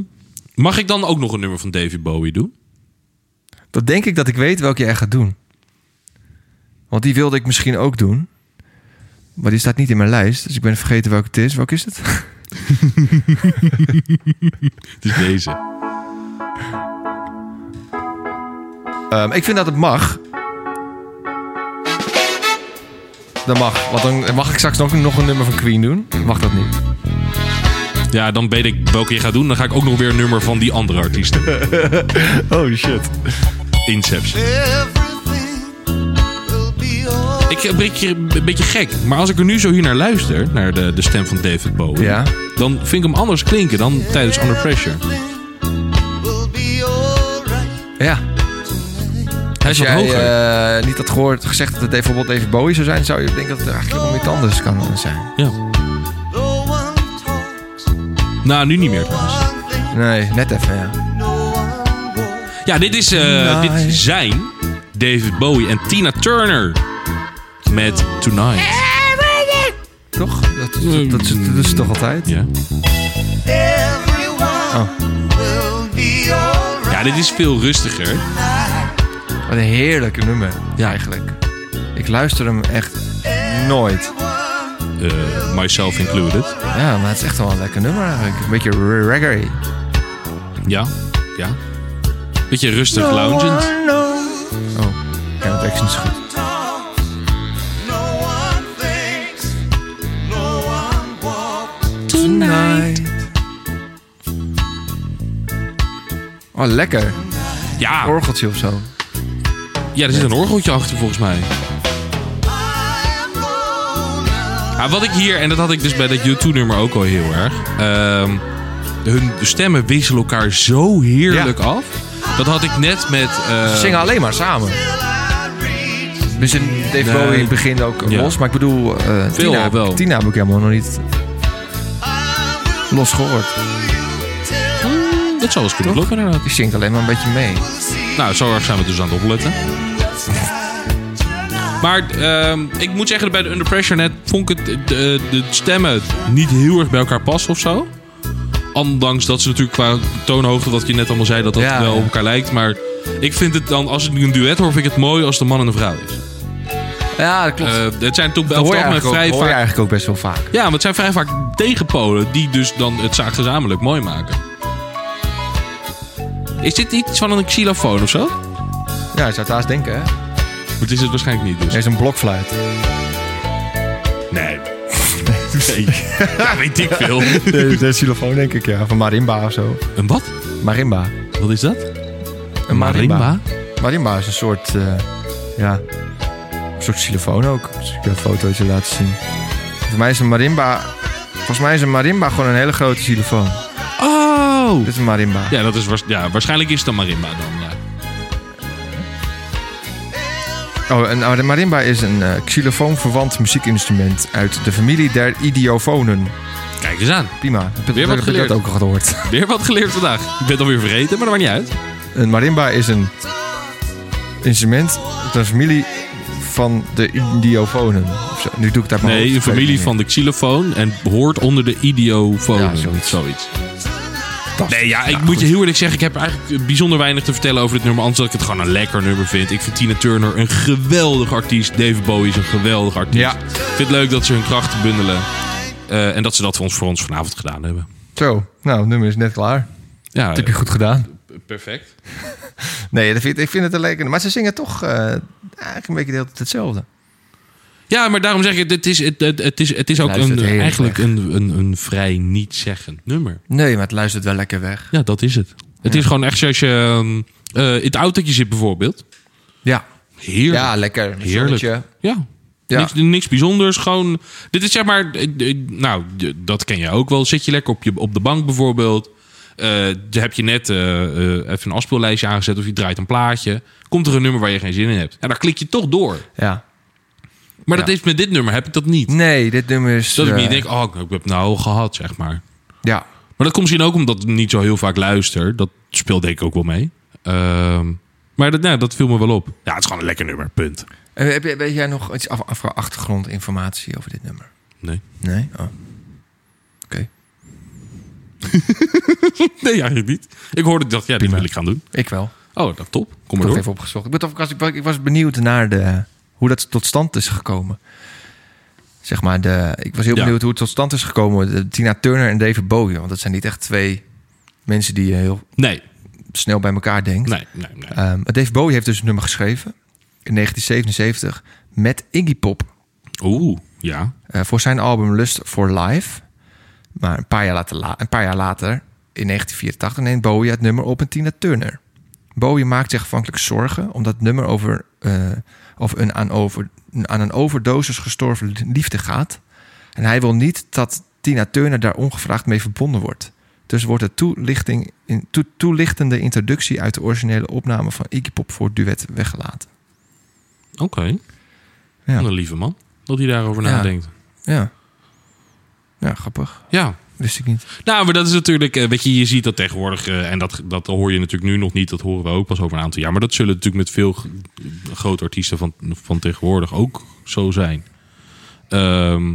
mag ik dan ook nog een nummer van David Bowie doen?
Dat denk ik dat ik weet welke jij gaat doen. Want die wilde ik misschien ook doen. Maar die staat niet in mijn lijst. Dus ik ben vergeten welke het is. Welke is het?
Het
*laughs*
is deze.
Ehm, ik vind dat het mag. Dat mag. Want dan mag ik straks nog, nog een nummer van Queen doen. Mag dat niet?
Ja, dan weet ik welke je gaat doen. Dan ga ik ook nog weer een nummer van die andere artiesten.
*laughs* Oh shit.
Inception.
Everything will be all
Ik een beetje, een beetje gek. Maar als ik er nu zo hier naar luister, naar de, de stem van David Bowie...
Ja.
dan vind ik hem anders klinken dan tijdens Under Pressure.
will be alright.
Ja.
Hij is
Als
wat
jij
hoger.
eh, niet had gehoord, gezegd dat het bijvoorbeeld even Bowie zou zijn, zou je denken dat het eigenlijk helemaal niet anders kan zijn.
Ja.
No one talks,
Nou, nu niet meer trouwens.
one thing,
Nee, net even, ja.
no one walks.
Ja, dit is, eh,
Tonight.
dit zijn David Bowie en Tina Turner met Tonight.
Toch? Dat, dat, dat, dat is het toch altijd?
Ja.
Everyone will be alright.
ja, dit is veel rustiger.
Wat een heerlijke nummer,
Ja.
eigenlijk. Ik luister hem echt nooit.
Eh, myself included.
Ja, maar het is echt wel een lekker nummer eigenlijk. Een beetje reggae.
Ja, ja. Beetje rustig loungend.
Oh, ja, het is niet zo goed.
Talks, no one thinks, no one walks.
Oh, lekker.
Ja,
Orgeltje of zo.
ja, er zit een orgeltje achter volgens mij.
I am gonna
Ja, wat ik hier, en dat had ik dus bij dat U2-nummer ook al heel erg. ehm, hun stemmen wisselen elkaar zo heerlijk af. Dat had ik net met... eh,
Ze zingen alleen maar samen.
till I reach
Dus in Dave
Nee.
Bowie begint ook
Ja.
los. Maar ik bedoel, eh
Veel
Tina,
wel.
Tina heb ik helemaal nog niet los gehoord.
mm, dat zou eens kunnen
Toch?
kloppen inderdaad.
Die zingt alleen maar een beetje mee.
Nou, zo erg zijn we dus aan het opletten. Maar ehm, ik moet zeggen, bij de Under Pressure net vond ik het, eh, de, de stemmen niet heel erg bij elkaar passen of zo. Ondanks dat ze natuurlijk qua toonhoogte, wat je net allemaal zei, dat dat
Ja,
wel
ja.
op elkaar lijkt. Maar ik vind het dan, als het een duet hoor, vind ik het mooi als de man en de vrouw is.
Ja, dat klopt.
Eh, het zijn toch bij
dat hoor je,
elkaar
eigenlijk ook,
vrij
hoor je
vaak...
eigenlijk ook best wel vaak.
Ja, maar het zijn vrij vaak tegenpolen die dus dan het zaak gezamenlijk mooi maken. Is dit iets van een xylofoon of zo?
Ja, je zou het haast denken, hè?
Maar het is het waarschijnlijk niet dus.
Er is een blokfluit.
Nee. Nee. Ja, weet ik veel.
De, de xylofoon, denk ik, ja. Van marimba of zo.
Een wat?
Marimba.
Wat is dat?
Een marimba. Marimba is een soort, eh, ja, een soort xylofoon ook. Dus ik heb een fotootje laten zien. Voor mij is een marimba, volgens mij is een marimba gewoon een hele grote xylofoon.
Oh!
Dit is een marimba.
Ja, dat is waars- ja, waarschijnlijk is het een marimba dan. Ja.
Oh, een een marimba is een eh, xylofoon-verwant muziekinstrument uit de familie der idiofonen.
Kijk eens aan.
Prima. Ik heb-
Weer wat
heb ik
geleerd.
dat ook al gehoord.
Weer wat geleerd vandaag. Ik ben het alweer vergeten, maar dat maakt niet uit.
Een marimba is een instrument uit een familie van de idiofonen. Of zo. Nu doe ik dat maar
Nee, een familie van de xylofoon en hoort onder de idiofoon.
Ja, zoiets.
Nee, ja, ik moet je heel eerlijk zeggen, ik heb eigenlijk eh, bijzonder weinig te vertellen over dit nummer. Anders dat ik het gewoon een lekker nummer vind. Ik vind Tina Turner een geweldig artiest. David Bowie is een geweldig artiest.
Ja.
Ik vind het leuk dat ze hun krachten bundelen. Eh, en dat ze dat voor ons, voor ons vanavond gedaan hebben.
Zo, nou, het nummer is net klaar.
Ja,
Dat heb je goed gedaan.
eh, perfect.
Nee, dat vind, ik vind het een lekker. Maar ze zingen toch eh, eigenlijk een beetje de hele tijd hetzelfde.
Ja, maar daarom zeg ik, het is, het, het, het is, het is ook
Luistert
een,
heel
eigenlijk een, een, een vrij niet-zeggend nummer.
Nee, maar het luistert wel lekker weg.
Ja, dat is het. Het is gewoon echt zoals je ehm, eh, in het autootje zit bijvoorbeeld.
Ja,
Heerlijk.
ja lekker. Een
Heerlijk.
zonnetje.
Ja.
Ja.
Niks, niks bijzonders, gewoon... Dit is zeg maar... eh, eh, Nou, d- dat ken je ook wel. Zit je lekker op, je, op de bank bijvoorbeeld. Eh, heb je net eh, eh, even een afspeellijstje aangezet of je draait een plaatje. Komt er een nummer waar je geen zin in hebt. En daar klik je toch door.
Ja.
Maar
Ja.
dat heeft met dit nummer heb ik dat niet.
Nee, dit nummer is...
Dat ik
eh,
niet denk, oh, ik heb het nou gehad, zeg maar.
Ja,
Maar dat komt misschien ook omdat ik niet zo heel vaak luister. Dat speelt denk ik ook wel mee. Ehm, maar dat, nou, dat viel me wel op. Ja, het is gewoon een lekker nummer, punt.
En Heb, je- weet jij nog iets af, af- achtergrondinformatie over dit nummer?
Nee.
Nee? Oh. Oké.
Nee, eigenlijk niet. Ik hoorde dat, ja, dit wil ik gaan doen.
Ik wel.
Oh, dat top. Kom maar
Ik heb het
door.
even opgezocht. Ik, ben toch- ik was, ik was benieuwd naar de, hoe dat tot stand is gekomen. Zeg maar, de, ik was heel
Ja.
benieuwd hoe het tot stand is gekomen. De Tina Turner en David Bowie. Want dat zijn niet echt twee mensen die je heel
Nee,
snel bij elkaar denkt.
nee, nee. nee.
Ehm, maar Dave Bowie heeft dus een nummer geschreven. In 1977. Met Iggy Pop. Ah.
Oeh, ja.
Eh, voor zijn album Lust for Life. Maar een paar jaar later, la- een paar jaar later in 1984, neemt Bowie het nummer op met Tina Turner. Bowie maakt zich afhankelijk zorgen omdat het nummer over, eh, over, een, aan over een aan een overdosis gestorven liefde gaat. En hij wil niet dat Tina Turner daar ongevraagd mee verbonden wordt. Dus wordt de toelichting in, toe- toelichtende introductie uit de originele opname van Iggy Pop voor het duet weggelaten.
Oké.
Ja.
Wat een lieve man. Dat hij daarover
Ja.
nadenkt.
Ja, ja grappig.
Ja.
Wist ik niet.
Nou, maar dat is natuurlijk... eh, Weet je, je ziet dat tegenwoordig... eh, En dat, dat hoor je natuurlijk nu nog niet. Dat horen we ook pas over een aantal jaar. Maar dat zullen natuurlijk met veel g- grote artiesten van, van tegenwoordig ook zo zijn. Ehm,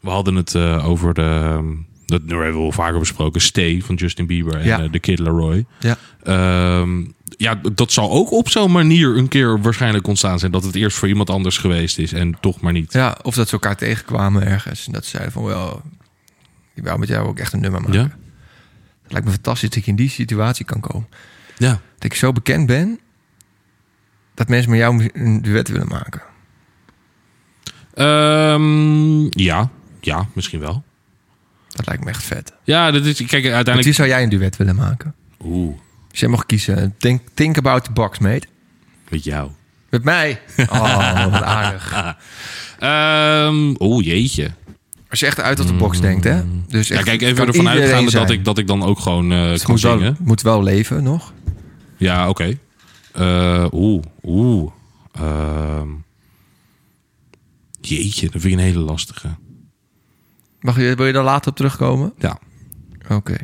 we hadden het eh, over de... ehm, Dat nummer hebben we al vaker besproken. Stay van Justin Bieber en
Ja.
eh, The Kid Laroi.
Ja.
Ehm, ja, dat zal ook op zo'n manier een keer waarschijnlijk ontstaan zijn. Dat het eerst voor iemand anders geweest is en toch maar niet.
Ja, of dat ze elkaar tegenkwamen ergens. En dat ze zeiden van, wel, ik wou met jou ook echt een nummer maken.
Ja.
Het lijkt me fantastisch dat ik in die situatie kan komen.
Ja.
Dat ik zo bekend ben, dat mensen met jou een duet willen maken.
Ehm, ja. Ja, misschien wel.
Dat lijkt me echt vet.
Ja, dat is, kijk,
Met wie
uiteindelijk...
zou jij een duet willen maken?
Oeh,
Als jij mag kiezen, think, think about the box, mate.
met jou.
Met
*laughs*
mij. Oh, wat aardig.
Ehm Oeh, jeetje.
Als je echt uit op de box denkt, hè? Dus
Mm. Ja,
echt,
kijk, even
kan
ervan
iedereen
uitgaande dat
zijn.
ik, dat ik dan ook gewoon eh,
Het
kan
moet wel,
zingen.
moet wel leven nog.
Ja, oké. Eh, oeh, oeh. Ehm, jeetje, dat vind ik een hele lastige.
Mag je, wil je daar later op terugkomen?
Ja.
Oké.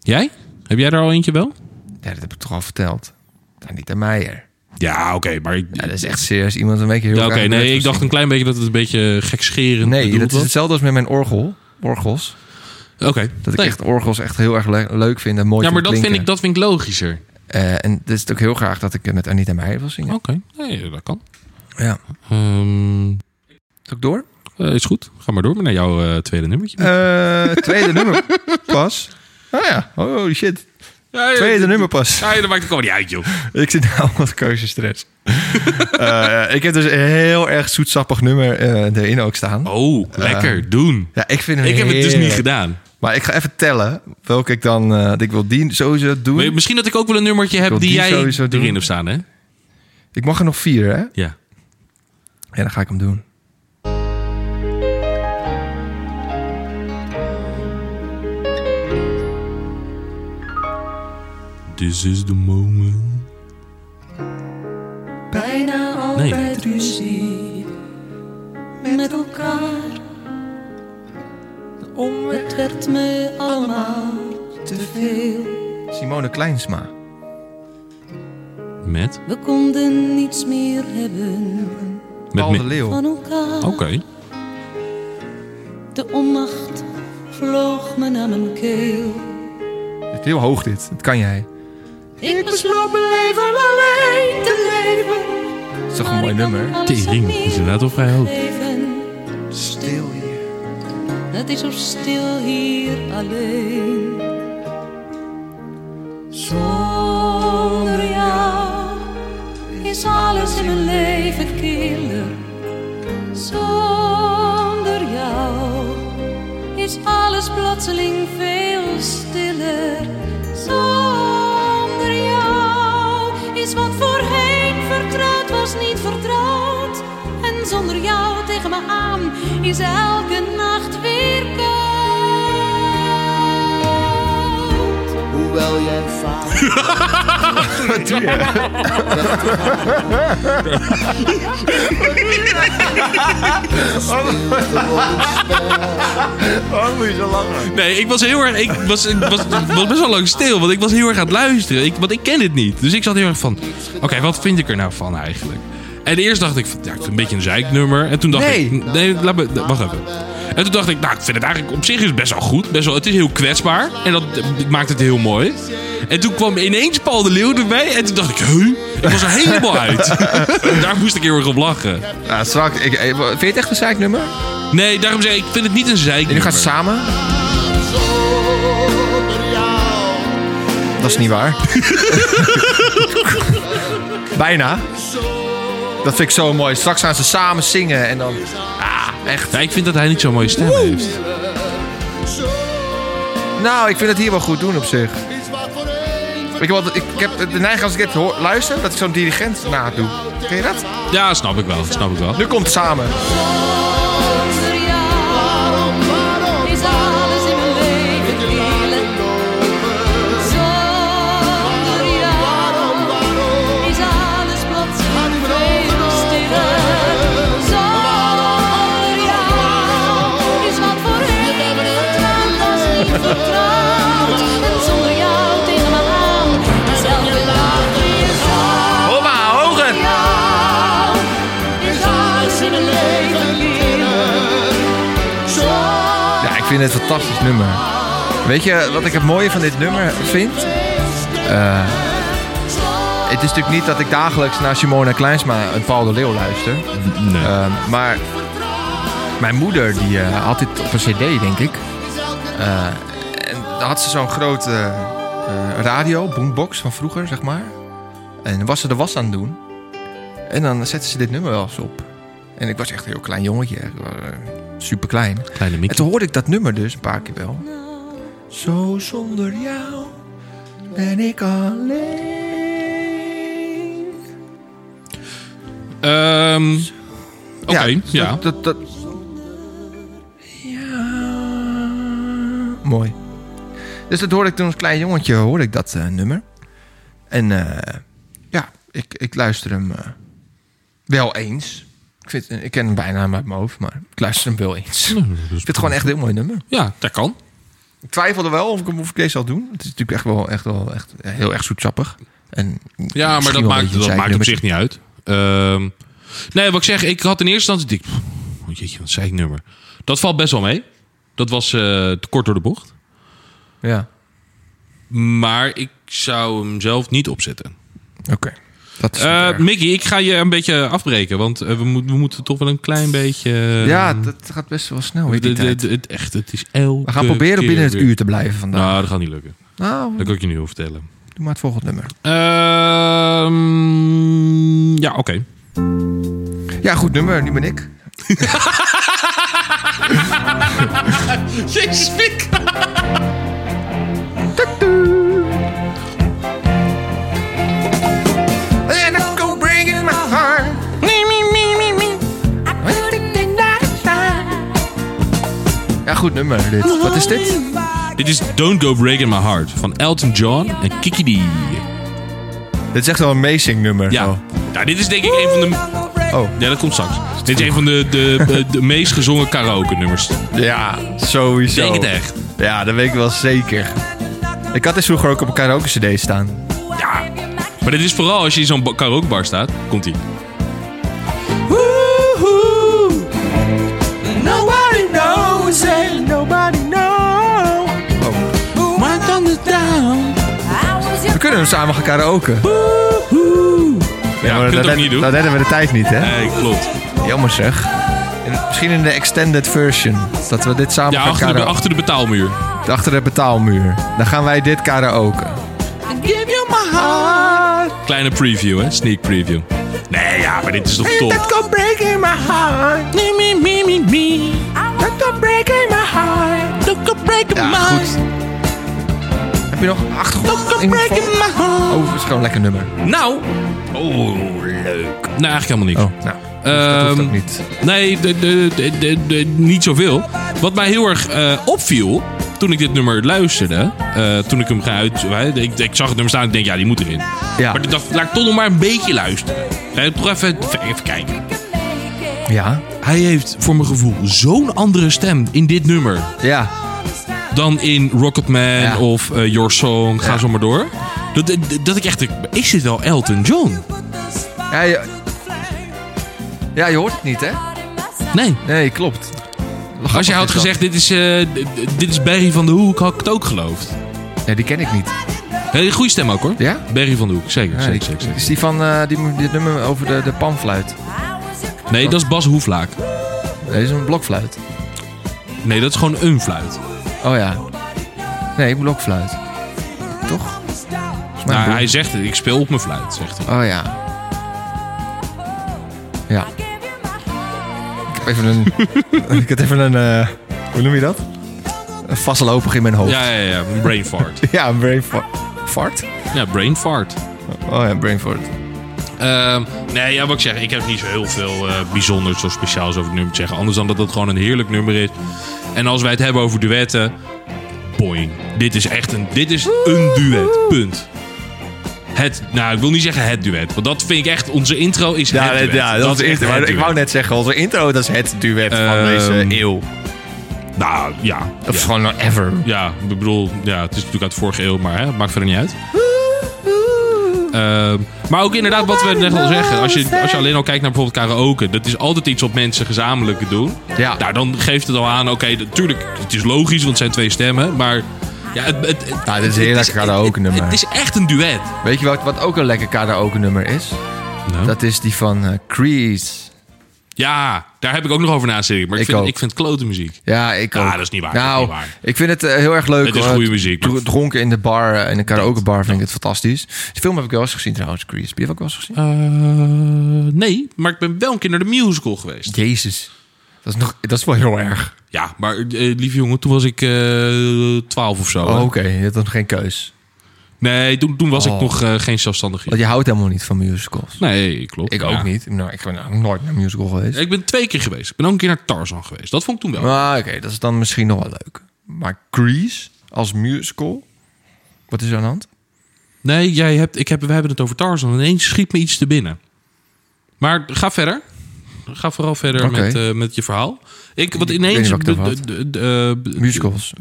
Jij? Heb jij er al eentje wel?
Ja, dat heb ik toch al verteld. Nou, niet aan Meijer.
Ja, oké, maar ik...
Ja, dat is echt serieus. Iemand een beetje heel
Ja,
graag
oké,
een duet
nee, ik
wil
dacht een
zingen.
klein beetje dat het een beetje gekscherend
Nee,
bedoeld
dat is
was.
hetzelfde als met mijn orgel. Orgels.
Oké.
Dat ik
Nee.
echt orgels echt heel erg le- leuk vind en mooi
Ja, maar dat vind,
vind
ik,
klinken.
dat vind ik logischer.
Eh, en dus is ook heel graag dat ik met Anita Meijer wil zingen.
Oké, nee, dat kan.
Ja.
Ehm,
Ook door?
eh, is goed. Ga maar door maar naar jouw eh, tweede nummertje.
Eh, tweede nummer pas. Oh ja, holy shit.
Ja, ja,
Tweede nummer pas.
Ja, ja, dat maakt het gewoon niet uit, joh.
Ik zit nou wat keuzestress. ik heb dus een heel erg zoetsappig nummer eh, erin ook staan.
Oh, lekker. doen.
Ja, ik vind
Ik heb het dus niet gedaan.
Maar ik ga even tellen welke ik dan... eh, ik wil die sowieso doen.
Maar misschien dat ik ook wel een nummertje heb
wil
die,
die
jij
sowieso
erin
doen.
hebt staan, hè?
Ik mag er nog vier, hè?
Ja.
Ja, dan ga ik hem doen.
This is the moment.
Bijna
Nee.
altijd ruzie met elkaar. Om het werd me allemaal te veel.
Simone Kleinsma.
Met?
We konden niets meer hebben
Met
Paul
me-
de Leeuw.
van elkaar.
Oké.
De onmacht vloog me naar mijn keel.
Het is heel hoog dit. Dat kan jij.
Ik besloot mijn leven alleen te leven.
Dat is toch een mooi nummer?
Tering. Is inderdaad wel vrij hoog.
Leven.
Stil hier.
Het is zo stil hier alleen. Zonder jou is alles in mijn leven killer. Zonder jou is alles plotseling veel stiller. Zonder jou is wat voorheen vertrouwd was niet vertrouwd. En zonder jou tegen me aan is elke nacht weer koud.
Hoe
wel jij vaak.
Oh, moet je zo lang.
Nee, ik was heel erg. Ik was, ik was, ik was best wel lang stil, want ik was heel erg aan het luisteren. Ik, want ik ken dit niet. Dus ik zat heel erg van. Oké, wat vind ik er nou van eigenlijk? En eerst dacht ik, van, ja, het is een beetje een zeiknummer. En toen dacht
Nee.
ik. Nee, laat me, wacht even. En toen dacht ik, nou, ik vind het eigenlijk op zich is best wel goed. Best wel, het is heel kwetsbaar. En dat eh, maakt het heel mooi. En toen kwam ineens Paul de Leeuw erbij. En toen dacht ik, heu, ik was er helemaal
*laughs*
uit. Daar moest ik heel erg op lachen.
Ja, strak. Ik, eh, vind je het echt een zeiknummer?
Nee, daarom zeg ik, ik vind het niet een zeiknummer.
En nu gaat het samen? Dat is niet waar. *laughs* Bijna. Dat vind ik zo mooi. Straks gaan ze samen zingen en dan... Ah, echt.
Ja, ik vind dat hij niet zo'n mooie stem heeft.
Nou, ik vind het hier wel goed doen op zich. Weet je wat, ik heb de neiging als ik dit hoor, luister, dat ik zo'n dirigent nadoe. Ken je dat?
Ja, snap ik wel. Snap ik wel.
Nu komt het samen.
Voor jou is alles in mijn leven heerlijk. Zonder jou is alles plotseling veel stiller. Zonder jou is wat voorheen vertrouwd was niet vertrouwd. En zonder jou tegen me aan, zelfde dag weer zon.
Hoppa, hoger!
jou is alles in mijn leven heerlijk. Zonder
Ja, ik vind het een fantastisch nummer. Weet je wat ik het mooie van dit nummer vind? Eh, het is natuurlijk niet dat ik dagelijks naar Simona Kleinsma en Paul de Leeuw luister.
Nee.
Eh, maar mijn moeder die eh, had dit op een cd, denk ik. Eh, en dan had ze zo'n grote eh, radio, boombox van vroeger, zeg maar. En dan was ze de was aan het doen. En dan zette ze dit nummer wel eens op. En ik was echt een heel klein jongetje. Super klein.
Kleine
En
Mickey.
toen hoorde ik dat nummer dus een paar keer wel. Zo zonder jou ben ik alleen.
Ehm, Oké, ja.
Dat, dat, dat- Ja. Mooi. Dus dat hoorde ik toen als klein jongetje, hoorde ik dat eh, nummer. En eh, ja, ik, ik luister hem eh, wel eens. Ik, vind, ik ken hem bijna uit mijn hoofd, maar ik luister hem wel eens. Ik vind het gewoon echt een heel mooi nummer.
Ja, dat kan.
Ik twijfelde wel of ik, hem- of ik deze zal doen. Het is natuurlijk echt wel, echt wel echt, heel erg zoetsappig. En
Ja, maar dat maakt, dat maakt op zich niet uit. Ehm, nee, wat ik zeg, ik had in eerste instantie... Ik, pff, oh, jeetje, wat zei ik nummer. Dat valt best wel mee. Dat was eh, te kort door de bocht.
Ja,
Maar ik zou hem zelf niet opzetten.
oké. Dat is niet
Eh
erg.
Mickey, ik ga je een beetje afbreken. Want eh, we, moet- we moeten toch wel een klein beetje... eh,
ja, dat gaat best wel snel.
de-
weet je, die
de-
tijd.
de- het, echt, het is elke
We gaan proberen
keer
binnen het
weer-
uur te blijven vandaag.
Nou, dat gaat niet lukken.
Nou,
Dat kan ik je nu al vertellen.
doe maar het volgende nummer.
Ehm, ja, oké.
Ja, goed nummer. Nu ben ik.
Jezus, Mick.
And I go bring in my heart. Ja, goed nummer dit. Wat is dit?
Dit is Don't Go Breaking My Heart van Elton John en Kiki Dee.
Dit is echt wel een amazing nummer.
Ja. Nou, dit is denk ik een van de...
Oh,
Ja, dat komt straks. Dit is een van de, de, de, de meest gezongen karaoke nummers.
ja, sowieso.
Denk het echt.
Ja, dat weet ik wel zeker. Ik had dit vroeger ook op een karaoke cd staan.
Ja. Maar dit is vooral als je in zo'n ba- karaokebar staat. Komt ie.
Nobody knows and nobody knows. Why on the down?
We kunnen hem samen gaan karaoken.
Ja,
maar
ik kan het ook
redden-
niet doen.
dat redden we de tijd niet, hè?
Nee, klopt.
Jammer zeg. En misschien in de extended version. Dat we dit samen
Ja,
gaan
achter de,
karaoke.
achter de betaalmuur.
Achter de betaalmuur. Dan gaan wij dit karaoke.
Kleine preview, hè. Sneak preview. Nee, ja, maar dit is toch top.
Go break in my heart. Me, me, me, me, me. Don't go break in my heart. Don't go break in
Ja,
my
goed. Heb je nog
Don't
achtergrond?
go break in my heart.
Oh, het is gewoon een lekker nummer.
Nou. Oh, leuk. Nee, eigenlijk helemaal niks.
Oh, nou. dat hoeft
Ehm,
ook niet.
Nee, de, de, de, de, de- niet zoveel. Wat mij heel erg eh, opviel toen ik dit nummer luisterde, eh, toen ik hem ga uit... hè, ik, ik zag het nummer staan en ik denk, ja, die moet erin.
Ja.
Maar ik dacht, laat ik toch nog maar een beetje luisteren. Hè, toch even, even kijken.
Ja.
Hij heeft voor mijn gevoel zo'n andere stem in dit nummer...
Ja.
dan in Rocketman
Ja.
of eh, Your Song. Ga
Ja.
zo maar door. Dat, dat, dat ik echt... denk, Is dit wel Elton John?
Ja, je, ja, je hoort het niet, hè?
Nee.
Nee, klopt.
Als jij had
is dat.
gezegd, dit is, eh, d- d- dit is Barry van de Hoek, had ik het ook geloofd.
Ja, die ken ik niet.
Hele goede stem ook hoor.
Ja?
Barry van de Hoek, zeker.
Ja,
zeker,
die-
zeker, zeker.
is die van eh, die, dit nummer over de, de panfluit?
Nee, dat is Bas Hoeflaak.
Dat is een blokfluit.
Nee, dat is gewoon een fluit.
Oh ja. Nee, blokfluit. Toch? Is mijn
Nou,
broer.
hij zegt het, ik speel op mijn fluit, zegt hij.
Oh ja. Ja. Ik heb even een... *laughs* ik heb even een... eh, hoe noem je dat? Een vastlopig in mijn hoofd.
Ja, ja, ja, een brain fart.
*laughs* Ja, een brain fa- fart.
ja, brain fart.
Oh ja, brain fart.
Ehm, nee, ja, wat ik zeg, ik heb niet zo heel veel eh, bijzonders of speciaals over het nummer te zeggen. Anders dan dat het gewoon een heerlijk nummer is. En als wij het hebben over duetten, boing. Dit is echt een, dit is een duet, punt. Het, nou, ik wil niet zeggen het duet, want dat vind ik echt, onze intro is het duet. is echt het
Ik
duet.
wou net zeggen, onze intro, dat is het duet van
Ehm,
deze eeuw.
Nou, ja.
Of
ja.
gewoon ever.
Ja, ik bedoel, ja, het is natuurlijk uit vorige eeuw, maar hè, maakt verder niet uit. Ehm, maar ook inderdaad wat we net al zeggen. Als je, als je alleen al kijkt naar bijvoorbeeld karaoke. Dat is altijd iets wat mensen gezamenlijk doen.
Ja.
Nou, dan geeft het al aan. Oké, natuurlijk, het is logisch, want het zijn twee stemmen. Maar ja, het, het, het,
Nou, dit is een heel lekker karaoke nummer.
het is echt een duet.
Weet je wat, wat ook een lekker karaoke nummer is?
Nou.
Dat is die van eh, Crease.
Ja, daar heb ik ook nog over na zitten. Maar ik,
Ik
vind,
ook.
ik vind klote muziek.
Ja, ik ook.
Ja, dat is niet waar, dat is
Nou,
niet waar.
ik vind het eh, heel erg leuk.
Het is
hoor.
goede muziek,
Dro-
maar-
Dronken in de bar, eh, in de karaokebar vind ik het fantastisch. De film heb ik wel eens gezien trouwens, Crease. Heb je die ook wel eens gezien?
Eh, nee, maar ik ben wel een keer naar de musical geweest.
Jezus. Dat is, nog, dat is wel heel erg.
Ja, maar eh, lieve jongen, toen was ik eh, twaalf of zo.
Oh,
hè?
Oké, je hebt dan geen keus.
Nee, toen, toen was ik
Oh.
nog eh, geen zelfstandige.
Want je houdt helemaal niet van musicals.
Nee, klopt.
Ik
Ja.
ook niet. Nou, ik ben nou nooit naar een musical geweest.
Ik ben twee keer geweest. Ik ben ook een keer naar Tarzan geweest. Dat vond ik toen wel.
Maar oké, dat is dan misschien nog wel leuk. Maar Crease als musical? Wat is er aan de hand?
Nee, jij hebt, ik heb, we hebben het over Tarzan. Ineens schiet me iets te binnen. Maar ga verder. Ga vooral verder
Oké.
met, eh, met je verhaal. Ik, want
Ik weet
ineens...
niet wat ik
de-
daarvan
de- de- de- eh,
Musicals.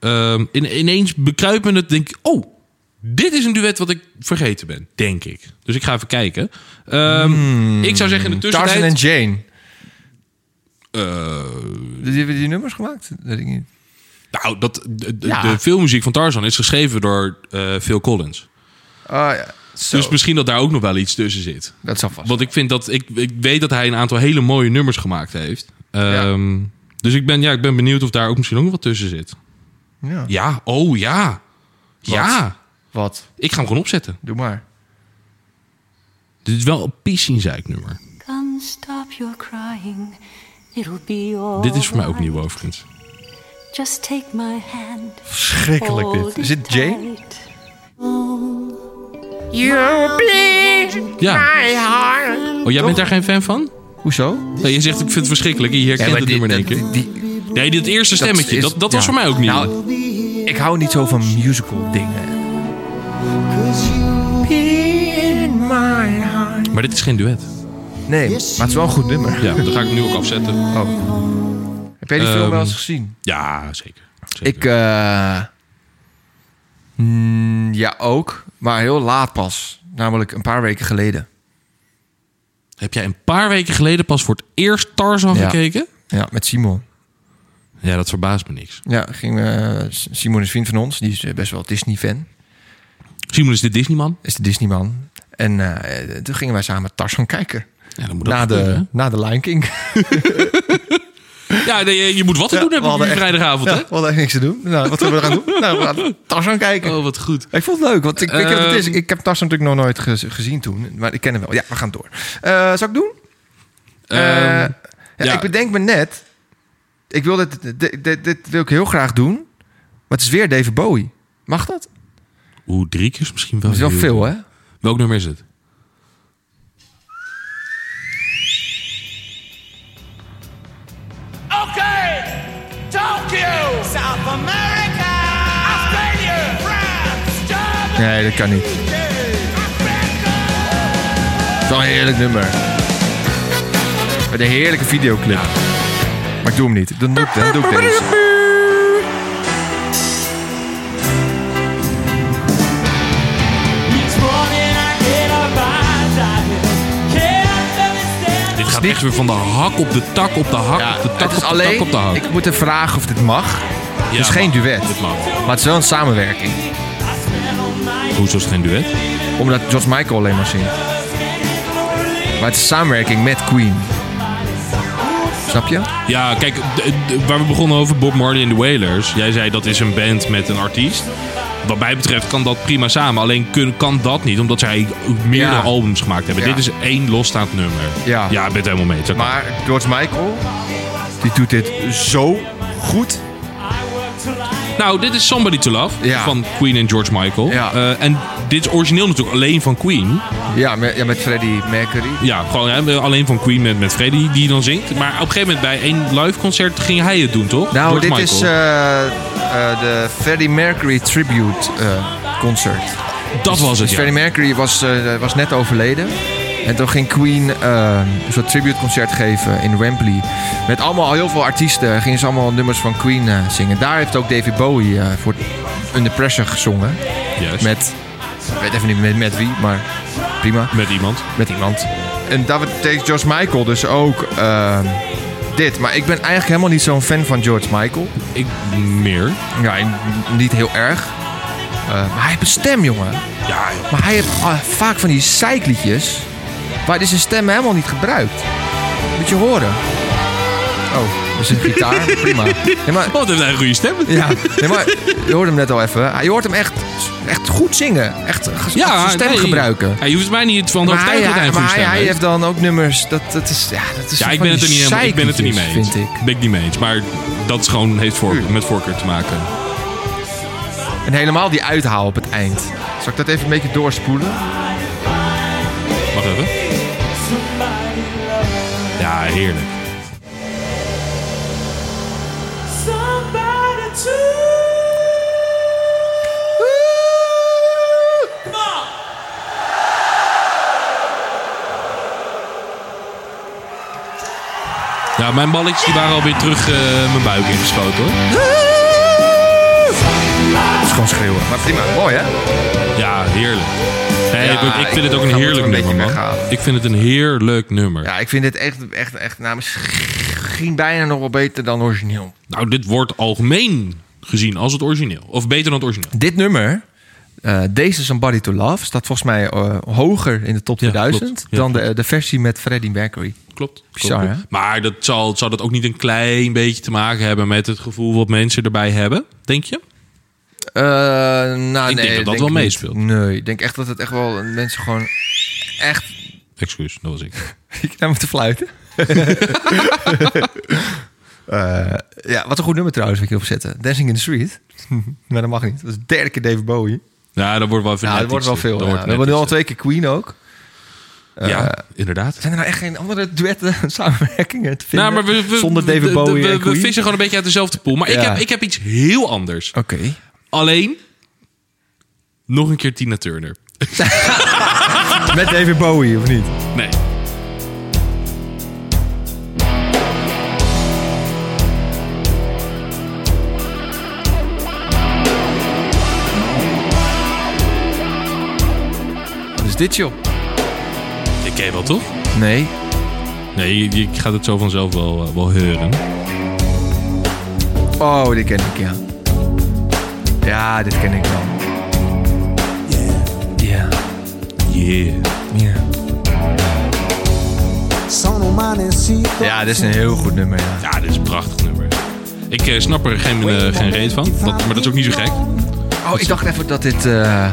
ehm, in- ineens bekruipt me het, denk ik... Oh, dit is een duet wat ik vergeten ben, denk ik. Dus ik ga even kijken. Ehm, Ik zou zeggen in de
Hmm. Tarzan en
tussentijd...
Jane.
eh,
Die hebben die nummers gemaakt? Dat weet ik niet.
Nou, dat, de, de-
Ja.
de filmmuziek van Tarzan is geschreven door eh, Phil Collins.
Ah ja, Zo.
Dus misschien dat daar ook nog wel iets tussen zit.
dat zal vast.
Want ik, vind dat, ik, ik weet dat hij een aantal hele mooie nummers gemaakt heeft. Ehm, Dus ik ben, ja, ik ben benieuwd of daar ook misschien ook nog wat tussen zit.
Ja.
Ja, oh ja. Ja,
Wat?
ik ga hem gewoon opzetten.
Doe maar.
Dit is wel een pissingzeik nummer.
Come stop your crying. It'll be all
Dit is voor mij ook
right.
nieuw overigens.
Just take my hand.
Schrikkelijk
hold
Is het
it
Jane?
tight.
Ja. Oh, jij bent daar geen fan van?
Hoezo?
Nee, je zegt ik vind het verschrikkelijk. en Je herkent het nummer in één keer. Nee, dit eerste stemmetje, dat, dat, was voor mij ook nieuw.
Nou, ik hou niet zo van musical dingen.
maar dit is geen duet.
Nee, maar het is wel een goed nummer. Oh.
Ja, dan ga ik hem nu ook afzetten.
Heb jij die film
Ehm,
wel eens gezien?
Ja, zeker. Zeker.
Ik, eh, mm, ja, ook. Maar heel laat pas. Namelijk een paar weken geleden.
Heb jij een paar weken geleden pas voor het eerst Tarzan
Ja.
gekeken?
Ja, met Simon.
Ja, dat verbaast me niks.
Ja, ging, eh, Simon is een vriend van ons. Die is eh, best wel Disney-fan.
Simon is de Disneyman.
Is de Disney-man. En eh, toen gingen wij samen Tarzan kijken.
Ja, dan moet
Na
dat
de,
gebeuren,
na de Lion King.
hè? Ja, nee, je- je moet wat te doen hebben op die vrijdagavond,
ja,
hè?
We hadden echt niks te doen. Nou, wat zullen we gaan doen? Nou, we gaan Tarzan kijken.
Oh, wat goed.
Ik vond het leuk, want ik, weet je wat het is?
Ehm.
ik heb Tarzan natuurlijk nog nooit gez- gezien toen. Maar ik ken hem wel. Ja, we gaan door. Eh zal ik doen?
Ehm,
Eh, ja,
ja.
Ik bedenk me net. Ik wil dit, dit, dit, dit wil ik heel graag doen. Maar het is weer David Bowie. Mag dat?
Oeh, drie keer is misschien wel
Dat is wel
heel-
veel, hè?
Welk nummer is het?
Okay, Tokyo!
South America, Australia, France, Germany,
Nee, dat kan niet. Het is wel een heerlijk nummer. Met een heerlijke videoclip. Maar ik doe hem niet. Dan doe ik, dan doe ik deze.
Each morning I get up, I dive. Can't understand
Dit gaat
Dit-
echt weer van de hak op de tak, op de hak,
Ja,
op de tak, op
het Ah, is
de tak,
alleen...
op de hak.
Ik moet even vragen of dit mag. het is
mag.
geen duet.
Dit mag.
Maar het is wel een samenwerking.
Hoezo is het geen duet?
Omdat George Michael alleen maar zingt. Maar het is samenwerking met Queen. Snap je?
Ja, kijk, d- d- waar we begonnen over Bob Marley en de Wailers. Jij zei dat is een band met een artiest. Wat mij betreft kan dat prima samen. Alleen kun, kan dat niet, omdat zij meerdere
Ja.
albums gemaakt hebben.
Ja.
Dit is één losstaand nummer.
Ja.
ja ik ben het helemaal mee. Dat kan.
Maar George Michael, die doet dit zo goed.
Nou, dit is Somebody to Love
Ja.
van Queen en George Michael.
Ja.
Eh, en dit is origineel natuurlijk alleen van Queen.
Ja, met, ja, met Freddie Mercury.
Ja, gewoon hè, alleen van Queen met, met Freddy die dan zingt. Maar op een gegeven moment bij één live concert ging hij het doen, toch?
Nou,
George
dit
Michael.
is eh, eh, de Freddie Mercury Tribute eh, Concert.
dat was het,
Dus
ja.
Freddie Mercury was, eh, was net overleden. En toen ging Queen eh, een soort tributeconcert geven in Wembley. Met allemaal heel veel artiesten gingen ze allemaal nummers van Queen eh, zingen. Daar heeft ook David Bowie eh, voor Under Pressure gezongen.
Juist. Met,
Met, ik weet even niet met, met wie, maar prima.
iemand.
Met iemand. En daar betekent George Michael dus ook eh, dit. Maar ik ben eigenlijk helemaal niet zo'n fan van George Michael.
Ik meer.
Ja, en niet heel erg. Eh, maar hij heeft een stem, jongen.
Ja,
Maar hij heeft ah, vaak van die zeikliedjes. waar hij zijn stem helemaal niet gebruikt. Moet je horen. Oh, dat is een
*laughs*
gitaar. Prima. Nee, maar,
Wat heeft hij een goede stem?
ja, nee, maar je hoorde hem net al even. Ah, Je hoort hem echt, echt goed zingen. Echt ge- zijn stem
nee.
gebruiken.
Hij hoeft mij niet van de
Maar hij,
overtuiging dat hij een
maar
goede
hij-
stem
hij
heeft.
heeft dan ook nummers. Dat, dat is, ja, dat is
Ja,
van
ik ben, het er
die
niet helemaal, ik ben het er niet mee eens.
zeikliedjes, Vind ik.
Ben ik niet mee eens. Maar dat is gewoon heeft voor, met voorkeur te maken.
En helemaal die uithaal op het eind. Zal ik dat even een beetje doorspoelen?
Wacht even. Ja, heerlijk.
somebody to. Come on.
Ja, mijn balletjes die waren alweer terug eh, mijn buik ingeschoten hoor.
Dat is gewoon schreeuwen. Maar prima, mooi hè?
Ja, heerlijk. Hey,
Ja,
ik- ik vind
ik
het ook een
ga me
heerlijk
toch een
nummer, man.
beetje weghalen.
Ik vind het een heerlijk nummer.
Ja, ik vind dit echt, echt, echt nou, misschien bijna nog wel beter dan origineel.
Nou, dit wordt algemeen gezien als het origineel. Of beter dan het origineel.
Dit nummer, eh Deze Somebody to Love, staat volgens mij eh, hoger in de top
Ja,
2000
klopt. Ja.
dan de, de versie met Freddie Mercury.
Klopt.
Bizar,
klopt.
hè?
Maar dat zal, zal dat ook niet een klein beetje te maken hebben met het gevoel wat mensen erbij hebben, denk je?
Eh, nou,
Ik denk
nee,
dat dat wel
ik niet.
meespeelt.
Nee, ik denk echt dat het echt wel mensen gewoon echt.
Excuus, dat was ik.
*laughs* Ik naar me te fluiten. *laughs* Eh, ja, wat een goed nummer trouwens, wat ik hierop zetten. Dancing in the Street. *laughs* maar dat mag niet. Dat is de derde keer David Bowie.
Ja, dat wordt wel even
Ja,
net
dat wordt
iets
wel
te- dat
veel. ja.
wordt
We
net
hebben nu al
iets
twee keer Queen ook.
te- Ja, inderdaad.
Zijn er nou echt geen andere duetten samenwerkingen te vinden?
Nou, maar we, we-
Zonder
we-
David
we-
Bowie
we,
en
we
Queen?
vissen gewoon een beetje uit dezelfde pool. Maar ik,
Ja.
heb, ik heb iets heel anders.
Oké.
Alleen, nog een keer Tina Turner.
Met David Bowie, of niet?
Nee.
Wat is dit, joh?
Ik ken je wel, toch?
Nee.
Nee, je, je gaat het zo vanzelf wel, eh, wel horen.
Oh, dit ken ik, ja. Ja, dit ken ik wel. Ja.
Yeah.
Ja.
Sono umanecito.
Ja, dit is een heel goed nummer, ja.
Ja, dit is een prachtig nummer. Ik eh, snap er geen, eh, geen reet van, dat, maar dat is ook niet zo gek.
Oh, ik dacht even dat dit eh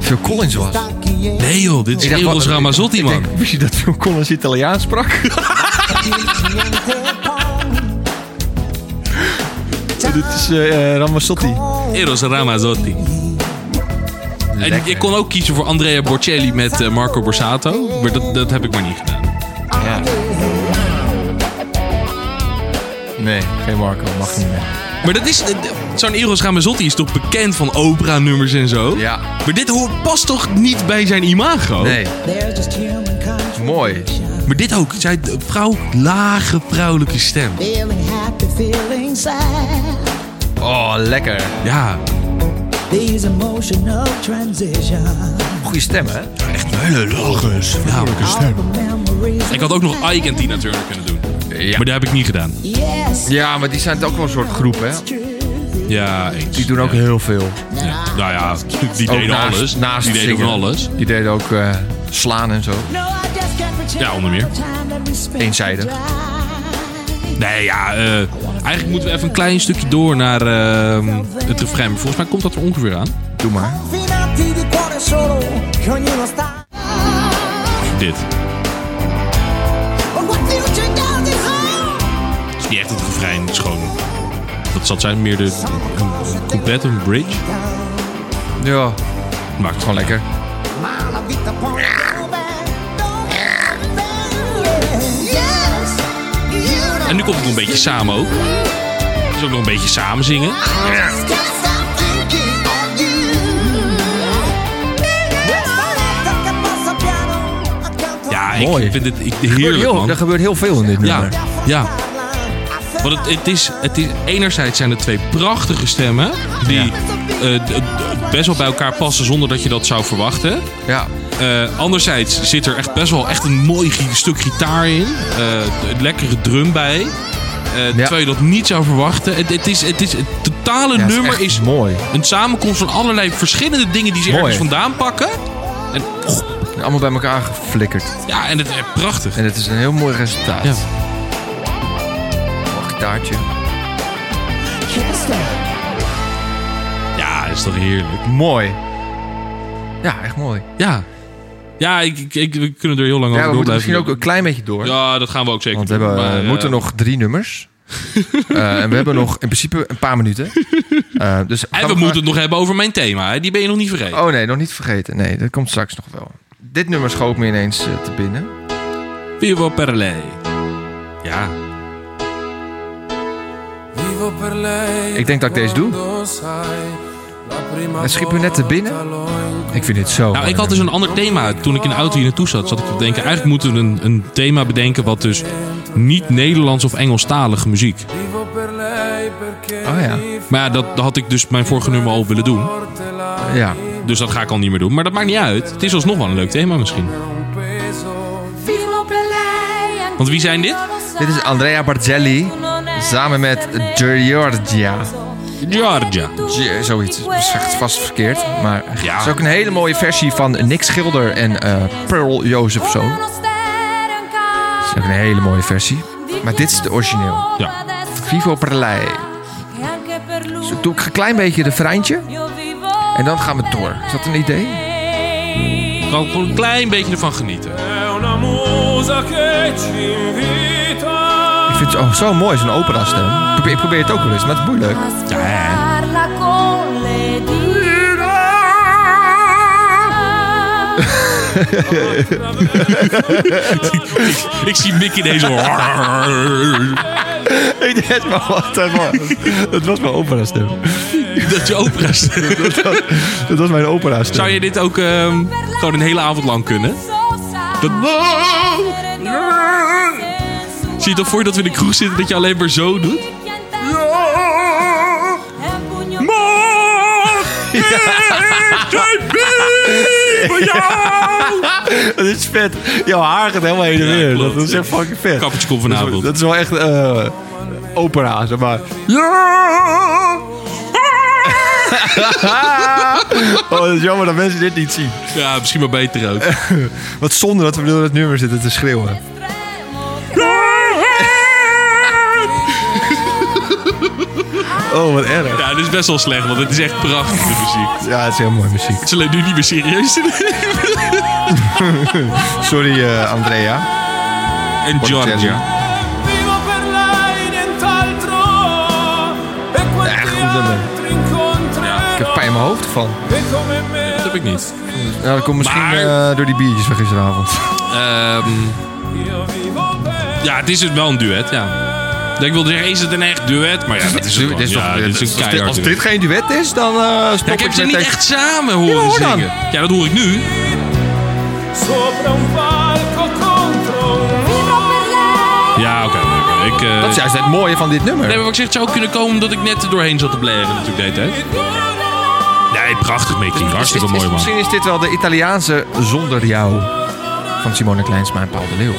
Phil Collins was.
Nee joh, dit is
Ik dacht,
Eros
wat-
Ramazzotti,
ik
man.
denk, Wist je dat Phil Collins
*laughs*
Italiaans sprak? dit is eh Ramazzotti.
Eros Ramazzotti. En
Lekker.
ik kon ook kiezen voor Andrea Bocelli met eh, Marco Borsato. Maar dat, dat heb ik maar niet gedaan.
Ja. Nee, geen Marco. Mag niet meer.
Maar dat is. eh, Zo'n Eros Ramazzotti is toch bekend van opera-nummers en zo?
Ja.
Maar dit hoort, past toch niet bij zijn imago?
Nee. Mooi.
Maar dit ook. Zij, vrouw, lage vrouwelijke stem.
Oh, lekker.
Ja,
Goede stem, hè?
echt een hele lage vrouwelijke stem. Ik had ook nog Ike en Tina Turner kunnen doen.
Ja.
Maar dat heb ik niet gedaan.
ja, maar die zijn ook wel een soort groep, hè?
Ja, eens.
Die doen ook
Ja.
heel veel.
Ja. Nou ja, die
Ook
deden
naast-
alles.
naast
die deden
zingen.
van alles.
Die deden ook eh, slaan en zo.
Ja, onder meer.
Eenzijdig.
Nee, ja. eh, eigenlijk moeten we even een klein stukje door naar eh, het refrein. Maar Volgens mij komt dat er ongeveer aan.
Doe maar.
Dit. Het is niet echt het refrein, het is gewoon... Dat zat zijn meer de, een, een couplet, een bridge.
Ja,
Maakt het
gewoon lekker.
En nu komt het nog een beetje samen ook. Het is ook nog een beetje samen zingen. Ja, ik
Mooi.
vind het ik,
Gebeurt
heerlijk,
heel-
man.
Er gebeurt heel veel in dit
Ja,
nummer.
ja. Want het, het, is, het is... Enerzijds zijn er twee prachtige stemmen... die eh, d- d- best wel bij elkaar passen zonder dat je dat zou verwachten.
Ja.
Eh, anderzijds zit er echt best wel echt een mooi gi- stuk gitaar in. Eh, een lekkere drum bij. Eh, Terwijl je dat niet zou verwachten. Het, het, is, het, is, het totale
Ja, het is
nummer
echt
is
mooi.
een samenkomst van allerlei verschillende dingen die ze
Mooi.
ergens vandaan pakken. En, och,
Allemaal bij elkaar geflikkerd.
ja, en het is prachtig.
En het is een heel mooi resultaat.
Ja.
Mooi gitaartje.
Ja, is toch heerlijk.
Mooi. Ja, echt mooi.
Ja. Ja, ik, ik, ik- we kunnen er heel lang
Ja,
over door
we moeten
blijven.
misschien ook een klein beetje door.
Ja, dat gaan we ook zeker
Want we
doen.
hebben,
Maar,
we
eh,
moeten nog drie
*laughs*
nummers. Eh, en we hebben nog in principe een paar minuten. Eh, dus gaan
En we
maar-
moeten het nog hebben over mijn thema. Hè? Die ben je nog niet vergeten.
Oh nee, nog niet vergeten. Nee, dat komt straks nog wel. Dit nummer schoot me ineens eh, te binnen. Oh.
Vivo per lei. Ja.
Ik denk dat ik deze doe. Het schiet me net te binnen. Ik vind dit zo.
Nou, ik had dus een ander thema. Toen ik in de auto hier naartoe zat, zat ik te denken... Eigenlijk moeten we een, een thema bedenken wat dus niet Nederlands of Engelstalige muziek.
Oh ja.
Maar ja, dat had ik dus mijn vorige nummer al willen doen.
Ja.
Dus dat ga ik al niet meer doen. Maar dat maakt niet uit. Het is alsnog wel een leuk thema misschien. Want wie zijn dit?
Dit is Andrea Barzelli samen met Giorgia.
Georgia.
G- Zoiets. Ik zeg het vast verkeerd. Maar
Ja.
het is ook een hele mooie versie van Nick Schilder en eh Pearl Josephson. Het is ook een hele mooie versie. Maar dit is de origineel.
Ja.
Vivo per lei. Dus ik doe ik een klein beetje de refreintje. En dan gaan we door. Is dat een idee?
Ik kan gewoon een klein beetje ervan genieten.
Ik vind het oh, zo mooi, zo'n opera stem. Ik probeer, ik probeer het ook wel eens, maar het is moeilijk.
Ik zie Mickey deze.
*laughs* Ik deed maar wat. Dat was mijn opera stem.
dat je opera
Dat was mijn opera stem.
Zou je dit ook ehm, gewoon een hele avond lang kunnen? Dat... Zie je toch voor je dat we in de kroeg zitten dat je alleen maar zo doet?
Dat is vet. Jouw haar gaat helemaal heen en
Ja,
weer.
klopt.
dat is echt fucking vet.
Kappertje komt
Dat is-
vanavond.
Dat is wel echt eh, opera, zeg maar. *laughs* Oh, dat is jammer dat mensen dit niet zien.
Ja, misschien maar beter ook.
Wat zonde dat we door het nummer zitten te schreeuwen. Oh, wat erg.
Ja, dit is best wel slecht, want het is echt prachtige muziek.
Ja, het is heel mooi muziek.
Het is alleen nu niet meer serieus te nemen.
Sorry, eh, Andrea.
En Georgia.
e
Echt goed Eh, nummer. Ik heb pijn in mijn hoofd van.
E
Dat heb ik niet.
Nou, dat komt misschien
Maar-
eh, door die biertjes van gisteravond.
Ehm, ja, het is dus wel een duet, ja. Ik wilde zeggen, is het een echt duet? Maar ja, dat is het
Du-
wel.
dit is toch-
ja,
dit-
dit is
als
een
dit-
keihard
Als
duet.
dit geen duet is, dan eh stop
Ja, ik heb ze
met
niet
deze-
echt samen horen
hoor dan.
zingen. Ja, dat hoor ik nu.
sopra un palco contro un
Ja, oké. oké. Ik, eh,
Dat is juist het mooie van dit nummer.
Nee, maar wat ik zeg, het zou ook kunnen komen omdat ik net er doorheen zat te blaren natuurlijk de hele tijd. Nee, prachtig, Mickey. Hartstikke
Is- is-
mooi, man.
Misschien is dit wel de Italiaanse Zonder Jou van Simone Kleinsma en Paul de Leeuw.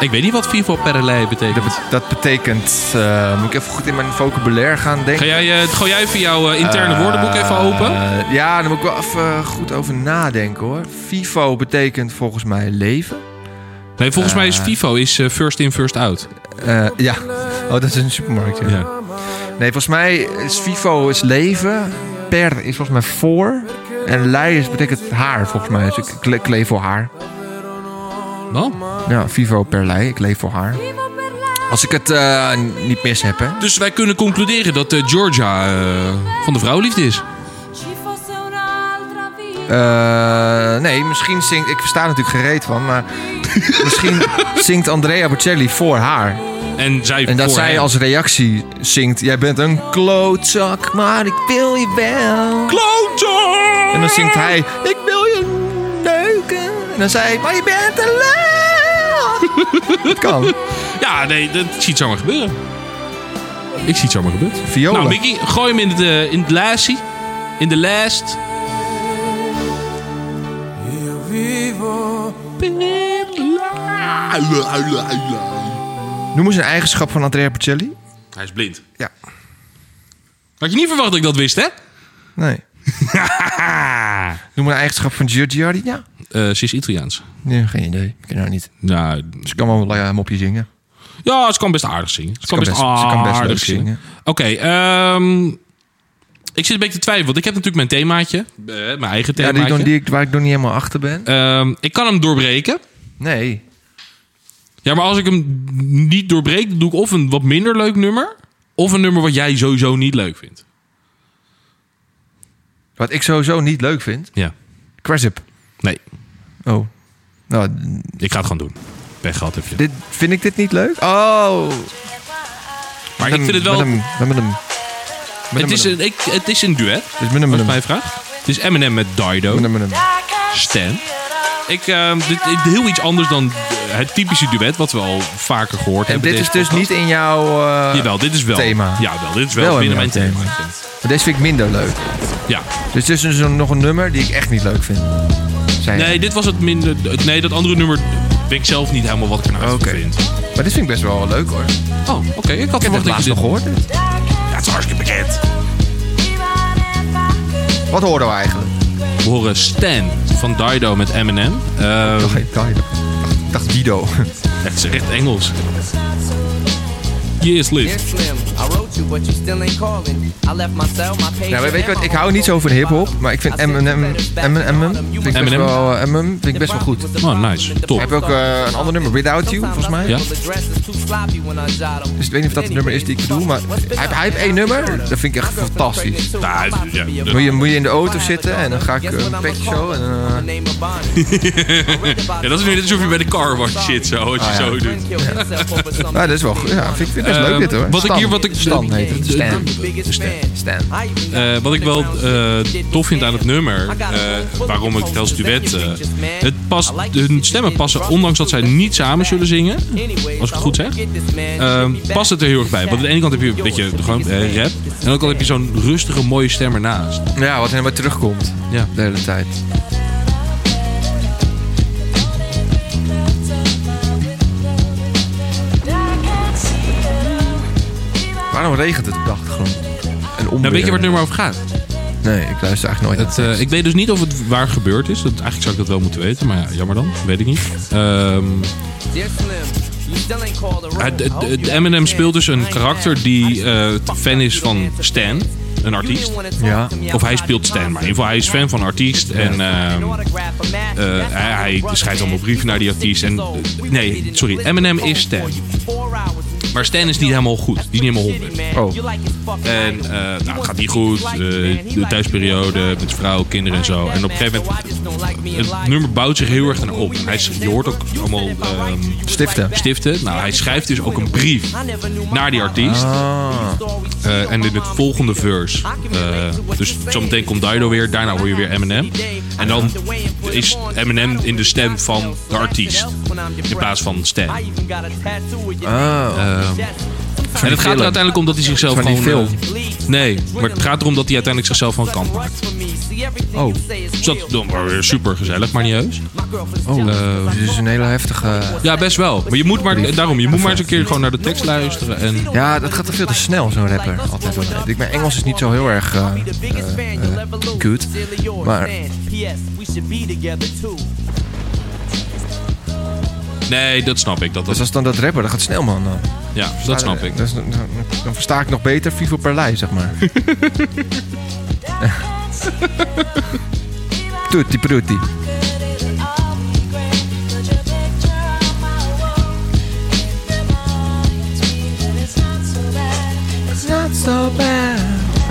Ik weet niet wat Vivo Perelei
Dat,
betekent.
bet- dat betekent... eh, moet ik even goed in mijn vocabulaire gaan denken?
Ga jij, eh, gooi jij even jouw eh, interne woordenboek even open?
Eh, ja, daar moet ik wel even eh, goed over nadenken hoor. FIFO betekent volgens mij leven.
Nee, volgens mij is Vivo is, eh, first in, first out.
Eh, ja. Oh, dat is een supermarkt. Ja.
Ja.
Nee, volgens mij is FIFO is leven. Per is volgens mij voor. En lei is, betekent haar volgens mij. Dus ik, ik le- ik leef voor haar.
Nou?
Ja, FIFO per lei. Ik leef voor haar. Als ik het eh, niet mis heb, hè.
Dus wij kunnen concluderen dat eh, Georgia eh, van de vrouwliefde is.
Eh, nee, misschien zingt... Ik versta er natuurlijk gereed van,
*laughs*
maar... misschien zingt Andrea Bocelli voor haar.
En zij
En dat
voor
zij
hem.
als reactie zingt... Jij bent een klootzak, maar ik wil je wel.
Klote!
En dan zingt hij... Ik wil je neuken. En dan zij... Maar je bent een lul.
*laughs*
Het kan.
Ja, nee, dat ik zie het zomaar gebeuren. Ik zie het zomaar gebeuren.
Violen.
Nou, Mickey, gooi hem in het, eh, in het laatsie. In de last.
Noem eens een eigenschap van Andrea Bocelli.
Hij is blind.
Ja.
Had je niet verwacht dat ik dat wist, hè? Eh, *laughs*
Nee. Noem een eigenschap van Giorgiardina.
Eh, ze is Italiaans.
Nee, geen idee. Ik ken haar niet.
Nou,
Ze kan wel een mopje zingen.
ja, ze kan best aardig zingen. Ze, kan,
kan
best,
best- ze kan best
aardig
leuk
zingen.
zingen.
Oké, ehm, ik zit een beetje te twijfelen. Want ik heb natuurlijk mijn themaatje. eh, mijn eigen
Ja, die,
themaatje.
nog- die ik- waar ik nog niet helemaal achter ben.
Ehm, ik kan hem doorbreken.
Nee.
Ja, maar als ik hem niet doorbreek, dan doe ik of een wat minder leuk nummer... of een nummer wat jij sowieso niet leuk vindt.
Wat ik sowieso niet leuk vind.
Ja.
Quasip.
Nee,
Oh. Nou, d-
ik ga het gewoon doen. Pech gehad heb je.
dit, vind ik dit niet leuk? Oh.
Maar ik vind het wel... Oh.
Met hem, met hem, met hem. Met
Het
hem,
is
met
een, ik, het is een duet.
hem,
Dat
met hem, met
is
hem,
mijn vraag. Het is Eminem met Dido.
met hem, met hem.
Stan. Ik, ehm, dit, dit- heel iets anders dan eh, het typische duet wat we al vaker gehoord
En
hebben.
dit is
deze
dus
podcast.
niet in jouw... eh,
Jawel, dit is wel.
thema.
Jawel, dit is wel,
Wel in
binnen mijn
jouw
thema.
Maar Deze vind ik minder leuk.
Ja.
Dus dit is dus een- nog een nummer die ik echt niet leuk vind. Zijn.
Nee, dit was het minder... het- Nee, dat andere nummer weet ik zelf niet helemaal wat ik ernaar
Oké.
vind.
Maar dit vind ik best wel leuk hoor. Ik
Oh, oké. Ik had
heb het
verwacht dat
laatst
je dit...
nog gehoord. dit.
Ja, het is hartstikke bekend.
Wat hoorden we eigenlijk?
We horen Stan van Dido met Eminem. Ehm,
Nog geen tijd. Ik dacht Dido.
het Oh, is echt Engels. Yes, live.
Nou, weet- weet je wat? Ik hou niet zo van hip-hop. Maar ik vind Eminem. Eminem. Vind ik best
Eminem?
wel, eh, Eminem vind ik best wel goed.
Oh, nice. Top.
Heb je ook eh, een ander nummer, Without You, volgens mij?
Ja.
Dus ik weet niet of dat het nummer is die ik bedoel, maar hij, hij heeft één nummer. Dat vind ik echt fantastisch.
Nou, ja, dat-
Moet je, moet je in de auto zitten en dan ga ik eh, een petje zo en eh,
*laughs* Ja, dat is nu net alsof je bij de car wash zit, zo, als je
Ah, ja. Ah,
zo doet.
Ja, dat is wel goed. Ja, vind Ehm, ik vind het best leuk dit hoor.
Wat ik hier, wat ik,
Stan heet het. Stan. Stan.
Eh, wat ik wel eh, tof vind aan het nummer, eh, waarom ik het als duet... eh, het past, hun stemmen passen, ondanks dat zij niet samen zullen zingen, als ik het goed zeg, eh, past het er heel erg bij. Want aan de ene kant heb je een beetje gewoon eh, rap, en aan de andere kant heb je zo'n rustige, mooie stem ernaast. Nou,
Ja, wat helemaal terugkomt
Ja.
de hele tijd. Waarom regent het op de achtergrond? En
Nou, weet je waar het nummer over gaat?
Nee, ik luister eigenlijk nooit.
Het, eh, ik weet dus niet of het waar gebeurd is. Dat, eigenlijk zou ik dat wel moeten weten, maar ja, jammer dan. Weet ik niet. Ehm, het- het- het Eminem speelt dus een karakter die eh, fan is van Stan, een artiest.
Ja.
Of hij speelt Stan, maar in ieder geval hij is fan van een artiest. En ehm, eh, hij, hij schrijft allemaal brieven naar die artiest. En, eh, nee, sorry, Eminem is Stan. Maar Stan is niet helemaal goed. Die is niet helemaal 100.
Oh.
En eh, nou, gaat niet goed. eh, de thuisperiode met vrouw, kinderen en zo. En op een gegeven moment. Het nummer bouwt zich heel erg aan op. Hij, is- je hoort ook allemaal. ehm,
Stiften.
Stiften. Nou, hij schrijft dus ook een brief naar die artiest.
Ah.
Eh, en in het volgende verse. eh, dus zometeen komt Dido weer. Daarna hoor je weer Eminem. En dan is Eminem in de stem van de artiest. In plaats van Stan.
Ah. Oh.
En het gaat er
film.
uiteindelijk om dat hij zichzelf
Van die
gewoon...
film.
eh, nee, maar het gaat erom dat hij uiteindelijk zichzelf van kant maakt.
Oh.
Dus dat is dan wel weer super gezellig, maar niet heus.
oh. dit is een hele eh, heftige...
Ja, best wel. Maar je moet maar, daarom, je moet maar eens een keer gewoon naar de tekst luisteren. En
Ja, dat gaat toch veel te snel, zo'n rapper. Altijd wel. Ik, mijn Engels is niet zo heel erg eh, eh, eh, goed. Maar
nee, dat snap ik. Dat,
dus
dat,
als dan dat rapper, dat gaat snel, man. Dan.
ja, dat snap ik.
Dus dan, dan- dan versta ik nog beter Vivo Perlei, zeg maar. *laughs* Tutti prutti.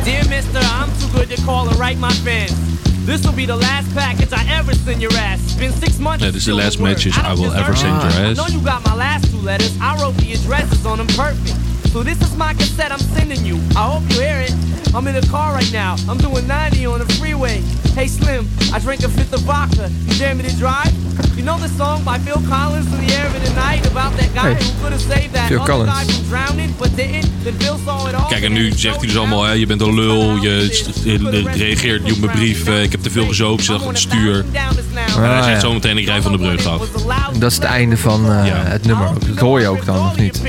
Dear mister, I'm too good to call and write my fans. This will be the last package I ever send your ass. It's been six months.
Yeah, this is the
still
last
in work.
message I
don't
will ever
deserve
send
it.
your
I
ass.
know you got my last two letters. I wrote the addresses on them perfect. So this is my cassette I'm sending you. I hope you hear it. I'm in the car right now. I'm doing 90 on the freeway. Hey Slim, I drank a fifth of vodka. You dare me to drive? You know the song by Phil Collins in the air of the night about that guy
Hey.
who could have saved that
Phil
other
Collins.
guy from drowning, but didn't. Then Bill saw it all.
Kijk, en nu zegt hij dus allemaal, hè, je bent een lul, je st- je reageert niet op mijn brief, eh, ik heb te veel gezoopt, zit achter het stuur. En hij
Ah,
zegt
ja.
zometeen, ik rij van de brug af.
Dat is het einde van eh,
Ja.
het nummer. ook. Dat hoor je ook dan, of niet?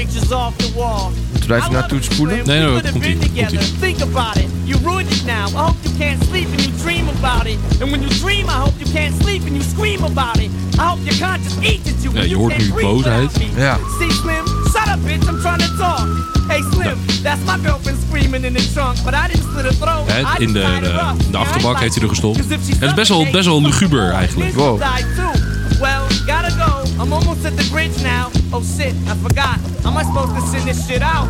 Moeten we even naartoe spoelen?
Nee, nee, dat komt-ie, komt-ie.
Think about it. You ruined it now. I hope you can't sleep and you dream about it. And when you dream, I hope you can't sleep and you scream about it. I hope your conscience eats at you.
Ja, je
and you
hoort
can't
nu
breathe
boosheid.
without me.
Ja.
See, Slim, shut up, bitch. I'm trying to talk. Hey, Slim,
Nou.
that's my girlfriend screaming in the trunk. But I didn't slit her throat.
Hè,
Ah,
I
in de-
just tied her
de-
up.
in de
Now I
achterbak
like
heeft hij
you.
er gestopt.
'Cause if she
Het is best wel-
suffocates,
best wel
she's
luguber
gonna
eigenlijk.
die
Wow.
side too. Well, gotta go. I'm almost at the bridge now. Oh shit, I forgot. How am I supposed to send this shit out?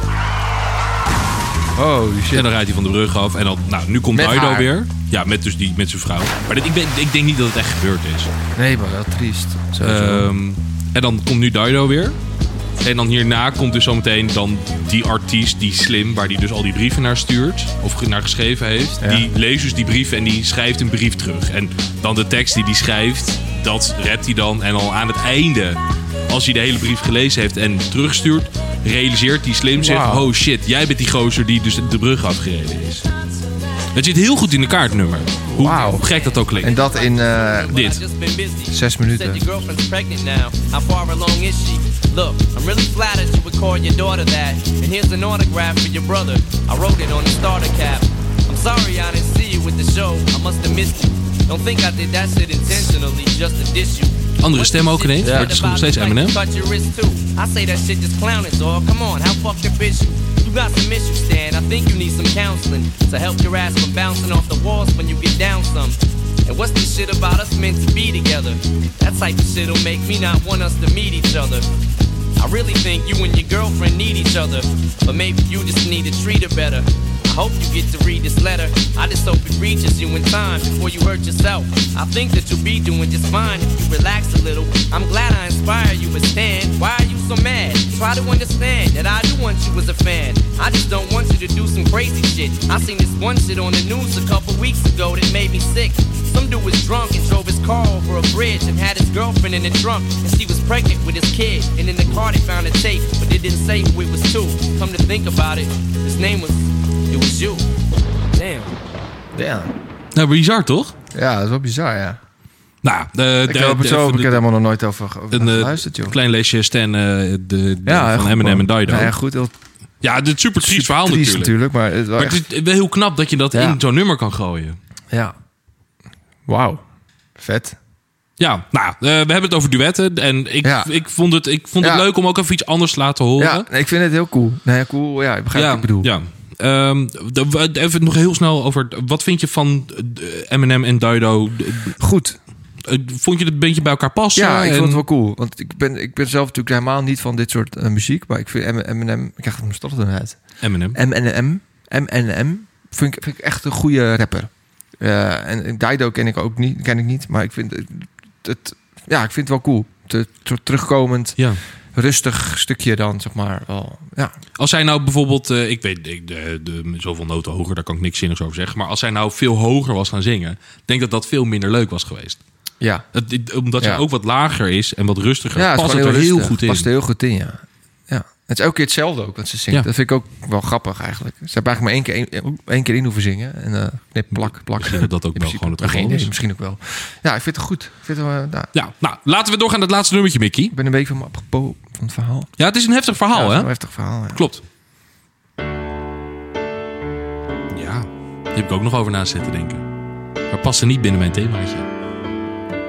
Oh, shit.
En dan rijdt hij van de brug af. En dan, nou, nu komt
Met
Dido
haar.
weer. Ja, met, dus die, met zijn vrouw. Maar dit, ik, ben, ik denk niet dat het echt gebeurd is.
Nee, maar wel triest. Sowieso.
Ehm, en dan komt nu Dido weer. En dan hierna komt dus zometeen dan die artiest, die slim, waar die dus al die brieven naar stuurt. Of ge- naar geschreven heeft. Die leest dus die brieven en die schrijft een brief terug. En dan de tekst die die schrijft, dat redt hij dan. En al aan het einde, als hij de hele brief gelezen heeft en terugstuurt, realiseert die slim zich...
Wauw.
Oh shit, jij bent die gozer die dus de brug afgereden is. Het zit heel goed in de kaartnummer. Hoe
Wauw.
gek dat ook klinkt.
en dat in eh,
Dit.
just been busy.
zes
Said
minuten.
your girlfriend's pregnant now. How far along is she? Look, I'm really flattered you would call your daughter that. And here's an autograph for your brother. I wrote it on the starter cap. I'm sorry I didn't see you with the show. I must have missed you. Don't think I did that shit intentionally just to diss you.
Andere stem ook ineens, maar het is nog steeds Eminem.
Touch your wrist too. I say that shit just clowning, dog. Come on, how fucked up is you? You got some issues, Stan. I think you need some counseling to help your ass from bouncing off the walls when you get down some. And what's this shit about us meant to be together? That type of shit'll make me not want us to meet each other. I really think you and your girlfriend need each other, but maybe you just need to treat her better. I hope you get to read this letter. I just hope it reaches you in time before you hurt yourself. I think that you'll be doing just fine if you relax a little. I'm glad I inspire you, but Stan, why are you so mad? Try to understand that I do want you as a fan. I just don't want you to do some crazy shit. I seen this one shit on the news a couple weeks ago that made me sick. Some dude was drunk and drove his car over a bridge and had his girlfriend in the trunk, and she was pregnant with his kid. And in the car they found a tape, but they didn't say who it was to. Come to think about it, his name was it was you. Damn.
Damn.
Nou, bizar toch?
Ja, dat is wel bizar, ja.
Nou, eh,
Ik
de-
heb het
de-
zo,
de-
ik heb helemaal nog nooit over ge- over
een eh,
geluisterd, joh.
klein lesje Stan eh, de, de-
echt
van
goed,
Eminem en
man.
Dido.
Ja,
Ja,
echt goed. Heel
dit is een super triest verhaal
triest
natuurlijk.
natuurlijk, maar het was
Maar
echt...
het is wel heel knap dat je dat
Ja.
in zo'n nummer kan gooien.
Ja. Wauw. Vet.
Ja, nou, eh, we hebben het over duetten. En ik,
Ja.
ik vond, het, ik vond
Ja.
het leuk om ook even iets anders te laten horen.
Ja, nee, ik vind het heel cool. Nee, cool. Ja, ik begrijp
ja,
wat ik bedoel.
ja. Ehm, de- we- even nog heel snel over... Wat vind je van eh, Eminem en Dido? De-
Goed.
eh, vond je het een beetje bij elkaar passen?
Ja, ik
En-
vond het wel cool. Want ik ben, ik ben zelf natuurlijk helemaal niet van dit soort eh, muziek. Maar ik vind M- M&M... Ik krijg het mijn stad uit.
Eminem.
M&M. M&M vind ik, vind ik echt een goede rapper. Eh, en, en Dido ken ik ook niet. Ken ik niet. Maar ik vind het... het- ja, ik vind het wel cool. Te, ter- terugkomend,
Ja.
rustig stukje dan, zeg maar. wel. ja.
Als zij nou bijvoorbeeld, eh, ik weet ik, de, de, zoveel noten hoger, daar kan ik niks zinnigs over zeggen. Maar als zij nou veel hoger was gaan zingen, ik denk dat dat veel minder leuk was geweest.
Ja.
Het, het- omdat ze
Ja.
ook wat lager is en wat rustiger,
Ja, het is
past het
gewoon
er heel
rustig.
goed in.
Past er heel goed in, ja. ja. Het is elke keer hetzelfde ook wat ze zingt.
Ja.
Dat vind ik ook wel grappig eigenlijk. Ze hebben eigenlijk maar één keer, één, één keer in hoeven zingen. En, eh, nee, plak, plak.
Misschien *laughs* dat dat ook
In
wel
principe.
gewoon het
Maar geen
geval
idee,
is.
Misschien ook wel. Ja, ik vind het goed. Ik, vind het, wel, eh, nou,
Ja, nou, laten we doorgaan naar het laatste nummertje, Mickey.
ik ben een beetje van me apropos van het verhaal.
Ja, het is een heftig
ja,
verhaal,
het is
Oh, hè?
Een heftig verhaal, ja.
Klopt. Ja, daar heb ik ook nog over na zitten denken. Maar past er niet binnen mijn themaatje.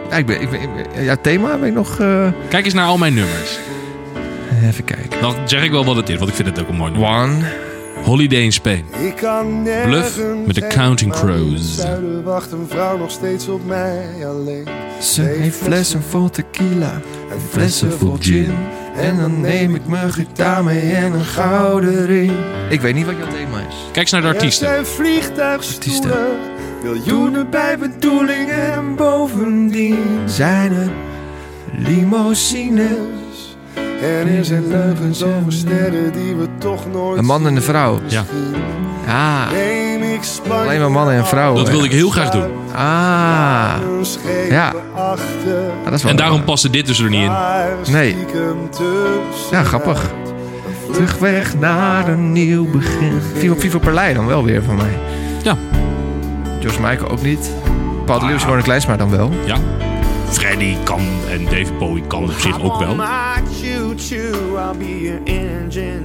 Ja, ik ben, ik ben, ik ben- ja, thema ben ik nog... eh,
Kijk eens naar al mijn nummers.
even kijken.
Dan zeg ik wel wat het is, want ik vind het ook een mooi nummer.
One.
Holiday in Spain.
Ik kan
Bluff
nergens
met de
heen,
Counting
maar in het
Crows.
Zuiden wacht een vrouw nog steeds op mij alleen.
Ze heeft flessen vol tequila en flessen vol gin. En dan neem ik mijn gitaar mee en een gouden ring. Ik weet niet wat jouw thema is.
Kijk eens naar de
Er
artiesten.
zijn vliegtuigstoelen, miljoenen bij
bedoelingen en bovendien zijn er limousines.
En er zijn leugens over sterren die we toch nooit
Een man en een vrouw.
Ja.
Ah,
Neem ik Spanje
alleen maar mannen en vrouwen.
Dat wilde ik heel graag doen.
Ah, ja,
een scheep
Ja.
achter.
dat is wel
En daarom paste dit dus er niet in.
maar
Nee.
stiekem tussenuit.
Ja, grappig. Terugweg naar een nieuw begin. Vivo, Vivo Perlei dan wel weer van mij.
Ja.
George Michael ook niet. Paul de Leeuw is gewoon een kleinsmaar dan wel.
Ja. Freddy kan en David Bowie kan op zich ook wel.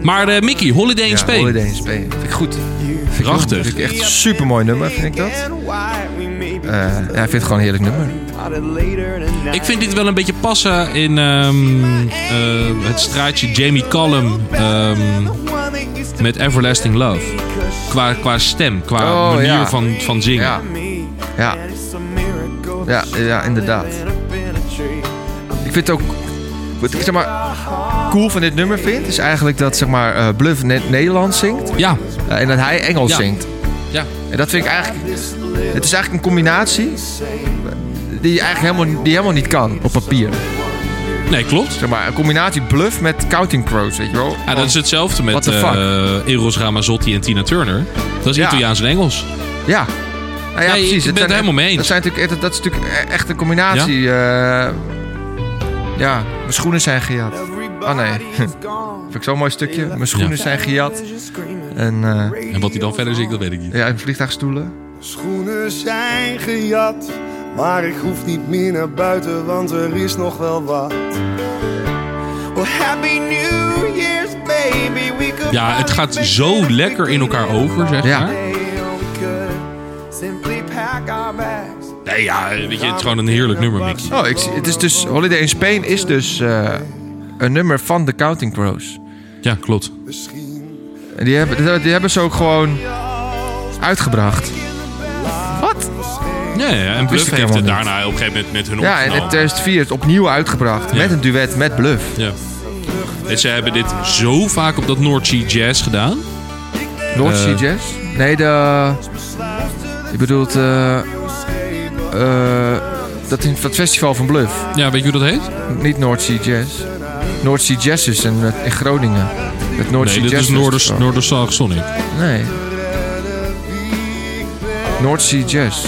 Maar eh, Mickey, Holiday in
Ja,
Spain.
Holiday in Spain. Vind ik goed. Vind ik
Prachtig.
Vind ik echt een supermooi nummer, vind ik dat. Eh, ja, ik vind het gewoon een heerlijk nummer.
Ik vind dit wel een beetje passen in ehm, eh, het straatje Jamie Cullum ehm, met Everlasting Love. Qua, qua stem, qua
Oh,
manier
ja.
van, van zingen.
Ja. Ja. Ja, ja, inderdaad. Ik vind het ook... Wat ik zeg maar cool van dit nummer vind... is eigenlijk dat zeg maar, eh, Bluff Ne- Nederlands zingt...
Ja.
eh, en dat hij Engels
Ja.
zingt.
ja.
En dat vind ik eigenlijk... Het is eigenlijk een combinatie... die je eigenlijk helemaal, die helemaal niet kan op papier.
Nee, klopt.
Zeg maar, een combinatie Bluff met Counting Crows, weet je wel.
Ja, dat is hetzelfde
What
met
the fuck?
eh, Eros Ramazzotti en Tina Turner. Dat is
Ja.
Italiaans en Engels.
Ja. Nou ja,
Nee, ik
precies.
ben het helemaal mee eens.
Dat, zijn natuurlijk, dat is natuurlijk e- echt een combinatie. eh, ja, mijn schoenen zijn gejat. Oh nee. *laughs* Vind ik zo'n mooi stukje. Mijn schoenen zijn gejat. En eh,
En wat hij dan verder zingt, dat weet ik niet.
ja, en vliegtuigstoelen.
Schoenen zijn gejat, maar ik hoef niet meer naar buiten, want er is nog wel wat. Well, happy New Year's, baby. We could
Ja, het gaat
finally
zo
make it
lekker in elkaar
big
over, zeg
Ja.
maar.
day. Oh, we could Simply pack our bags.
Nee, ja, Eh, weet je, het is gewoon een heerlijk nummer, Mickey.
Oh, ik, zie- het is dus... Holiday in Spain is dus eh, een nummer van de Counting Crows.
Ja, klopt.
Misschien
En die hebben, die hebben ze ook gewoon uitgebracht. Wat?
Ja, ja, en
Wist
Bluff
ik
heeft
helemaal
het
niet.
daarna op een gegeven moment met hun
Ja, en in
opgenomen.
2004 is het eh, opnieuw uitgebracht.
Ja.
Met een duet met Bluff.
Ja. En ze hebben dit zo vaak op dat North Sea Jazz gedaan.
North Sea
Eh.
Jazz? Nee, de... Ik bedoel, eh eh, dat, in, dat festival van Bluff.
Ja, weet je hoe dat heet?
Niet North Sea Jazz. North Sea Jazz is in, eh, in Groningen. Het North
nee,
Sea
dit
Jazz
is Noorders,
Festival.
Noorderslag Sonic.
Nee. North Sea Jazz.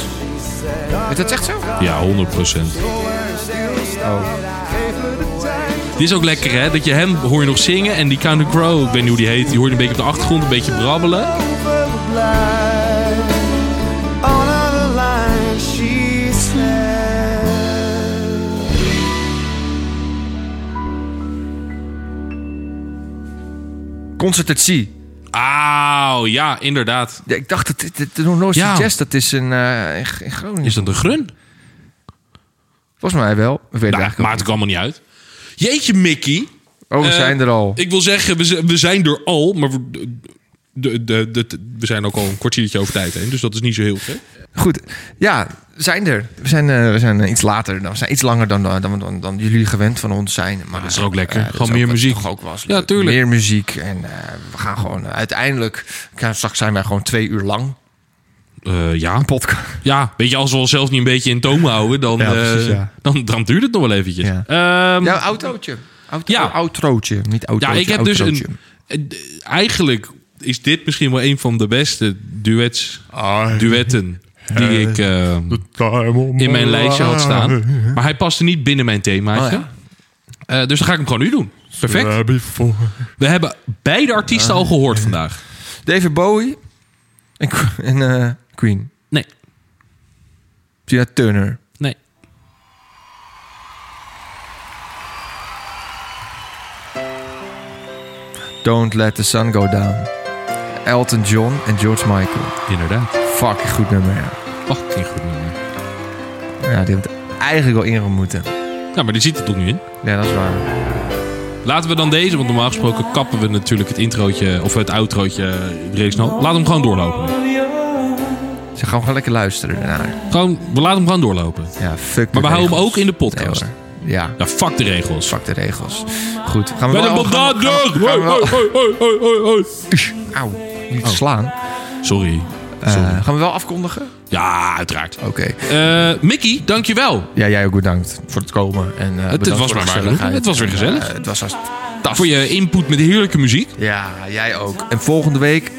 Is dat echt zo?
Ja, 100 Dit is ook lekker, hè? Dat je hem hoor je nog zingen en die Counting Crow, ik weet niet hoe die heet, die hoor je een beetje op de achtergrond, een beetje brabbelen.
overblijft. On the line, she said.
Concert at Sea.
Auw, ja, inderdaad.
Ja, ik dacht, dat dit- dit- de North Sea
Ja.
Jazz, dat is in, eh, in, in Groningen.
Is dat een grun?
Volgens mij wel. Ik weet het
Nou,
eigenlijk ook
maakt ook allemaal niet uit. Jeetje, Mickey.
niet. Oh, we
Eh,
zijn er al.
Ik wil zeggen, we, z- we zijn er al, maar we- de, de, de, we zijn ook al een kwartiertje over tijd heen, dus dat is niet zo heel gek.
Goed, ja, zijn er. We zijn, eh, we zijn eh, iets later, dan, we zijn iets langer dan, dan, dan, dan, dan jullie gewend van ons zijn. Maar
dat is ook lekker.
eh, dat
Gewoon
is ook
meer
wat
muziek.
toch ook was.
Ja, tuurlijk.
Meer muziek. En eh, we gaan gewoon eh, uiteindelijk. ja, Straks zijn wij gewoon twee uur lang.
Eh, ja.
Podcast.
ja, weet je, als we onszelf niet een beetje in toom houden, dan,
Ja, precies,
eh,
ja.
dan, dan duurt het nog wel eventjes.
Ja.
Ehm,
Ja, autootje. Auto, oh,
Ja.
Outrootje, niet
Ja,
autootje.
ik heb dus
outrootje.
een. eh, d- Eigenlijk is dit misschien wel een van de beste duets, duetten die ik eh, in mijn lijstje had staan. Maar hij paste niet binnen mijn themaatje.
Oh, ja.
Eh, dus dan ga ik hem gewoon nu doen. Perfect. We hebben beide artiesten al gehoord vandaag.
David Bowie en, Qu- en eh, Queen.
Nee,
Tina Turner.
nee.
Don't Let the Sun Go Down. Elton John en George Michael.
Inderdaad.
Fucking goed nummer, ja.
Fucking goed nummer.
Ja, die had het eigenlijk wel in moeten.
Ja, Nou, maar die zit er toch nu in.
Ja, dat is waar.
Laten we dan deze, want normaal gesproken kappen we natuurlijk het introotje of het outrootje redelijk snel. Laat hem gewoon doorlopen.
Ze gaan gewoon lekker luisteren daarnaar.
Gewoon, we laten hem gewoon doorlopen.
Ja, fuck
Maar
de
we houden hem
regels.
ook in de podcast.
Nee, hoor. ja,
Ja, Nou, fuck de regels.
fuck de regels. Goed, gaan we
Met een
wel... gaan we- gaan
mandaatdeur!
we- gaan we wel-
Hoi,
*laughs*
Oh.
Auw, niet slaan.
Sorry.
Eh, gaan we wel afkondigen?
Ja, uiteraard.
Oké.
Eh Mickey, dankjewel.
Ja, jij ook bedankt voor het komen. En, eh, bedankt
was
voor de
maar waar
gezelligheid.
genoeg. Het was weer
En,
gezellig.
eh, het was hartst-
Voor je input met heerlijke muziek.
Ja, jij ook. En volgende week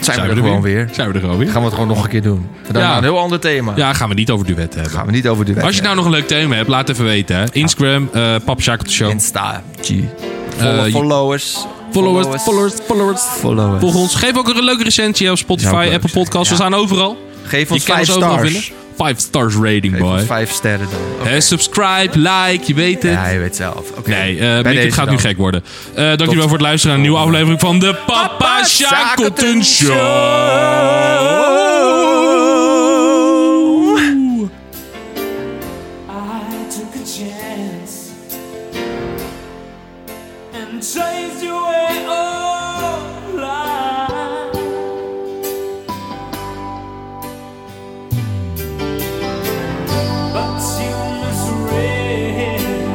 zijn, we er gewoon weer.
Zijn we er gewoon weer.
Gaan we het gewoon nog een keer doen. Dan
Ja.
een heel ander thema.
Ja, gaan we niet over duet hebben.
Gaan we niet over de wet
Als je nou nog een leuk thema hebt, laat even weten. Hè. Instagram, eh Papa Sjaak op de show.
Insta. G.
Eh,
Volle
je-
followers.
Followers, followers, followers.
Followers.
Volg ons. Geef ook een leuke recensie op
Zou ook
Spotify,
leuk
Apple
zijn,
Podcasts. We
ja.
staan overal.
Geef
Je
ons
kan
vijf
ons overal
stars.
vinden. Five stars rating,
Geef ons
boy.
vijf sterren dan. Oké.
Eh, subscribe, like, je weet het.
Ja, je weet zelf. Oké.
Nee,
Bij
eh Mick,
deze
het gaat
dan.
nu gek worden. Eh dankjewel voor het luisteren naar een nieuwe aflevering van de Papa
Papa
Shackleton
Shackleton
Show.
I took a chance and chased you away all life. But you misread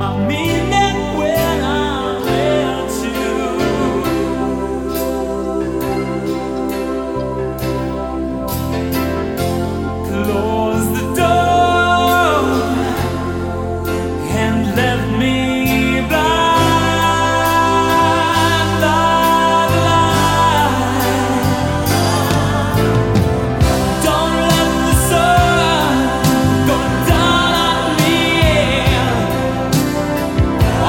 my meaning when I let you. Close the door and let me blind the light. Don't let the sun go down on me.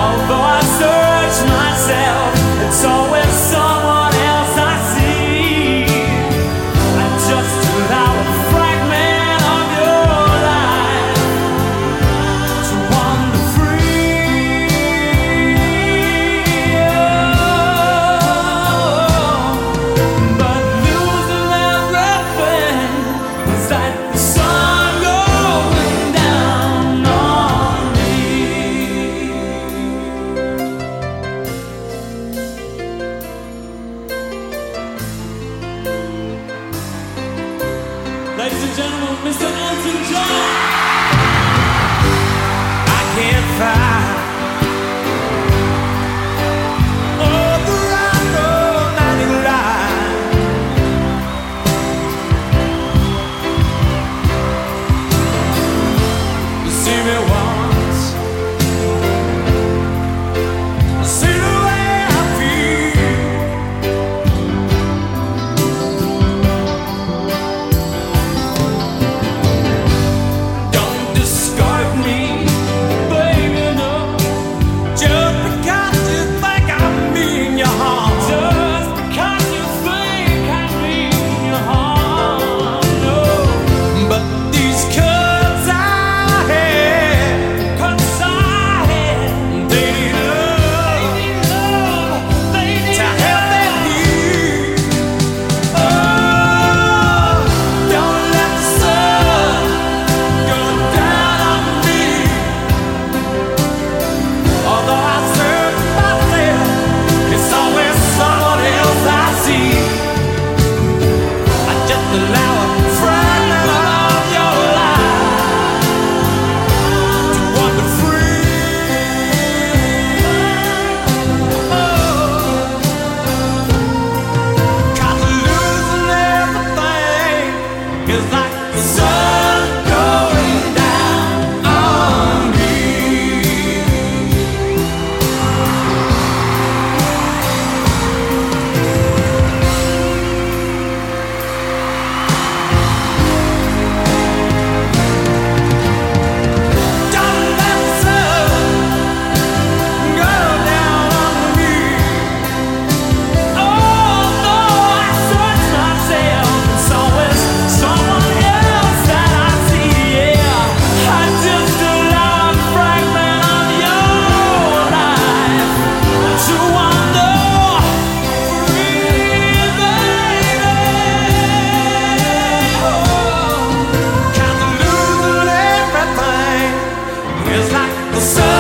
Although I search myself, it's always someone else I see. I'm just another fragment of your life to wander free. But losing everything is like the sun going down on me. Ladies and gentlemen, Mr. Elton John. I can't find all the right romantic line. You see me once, you see the way I feel.
so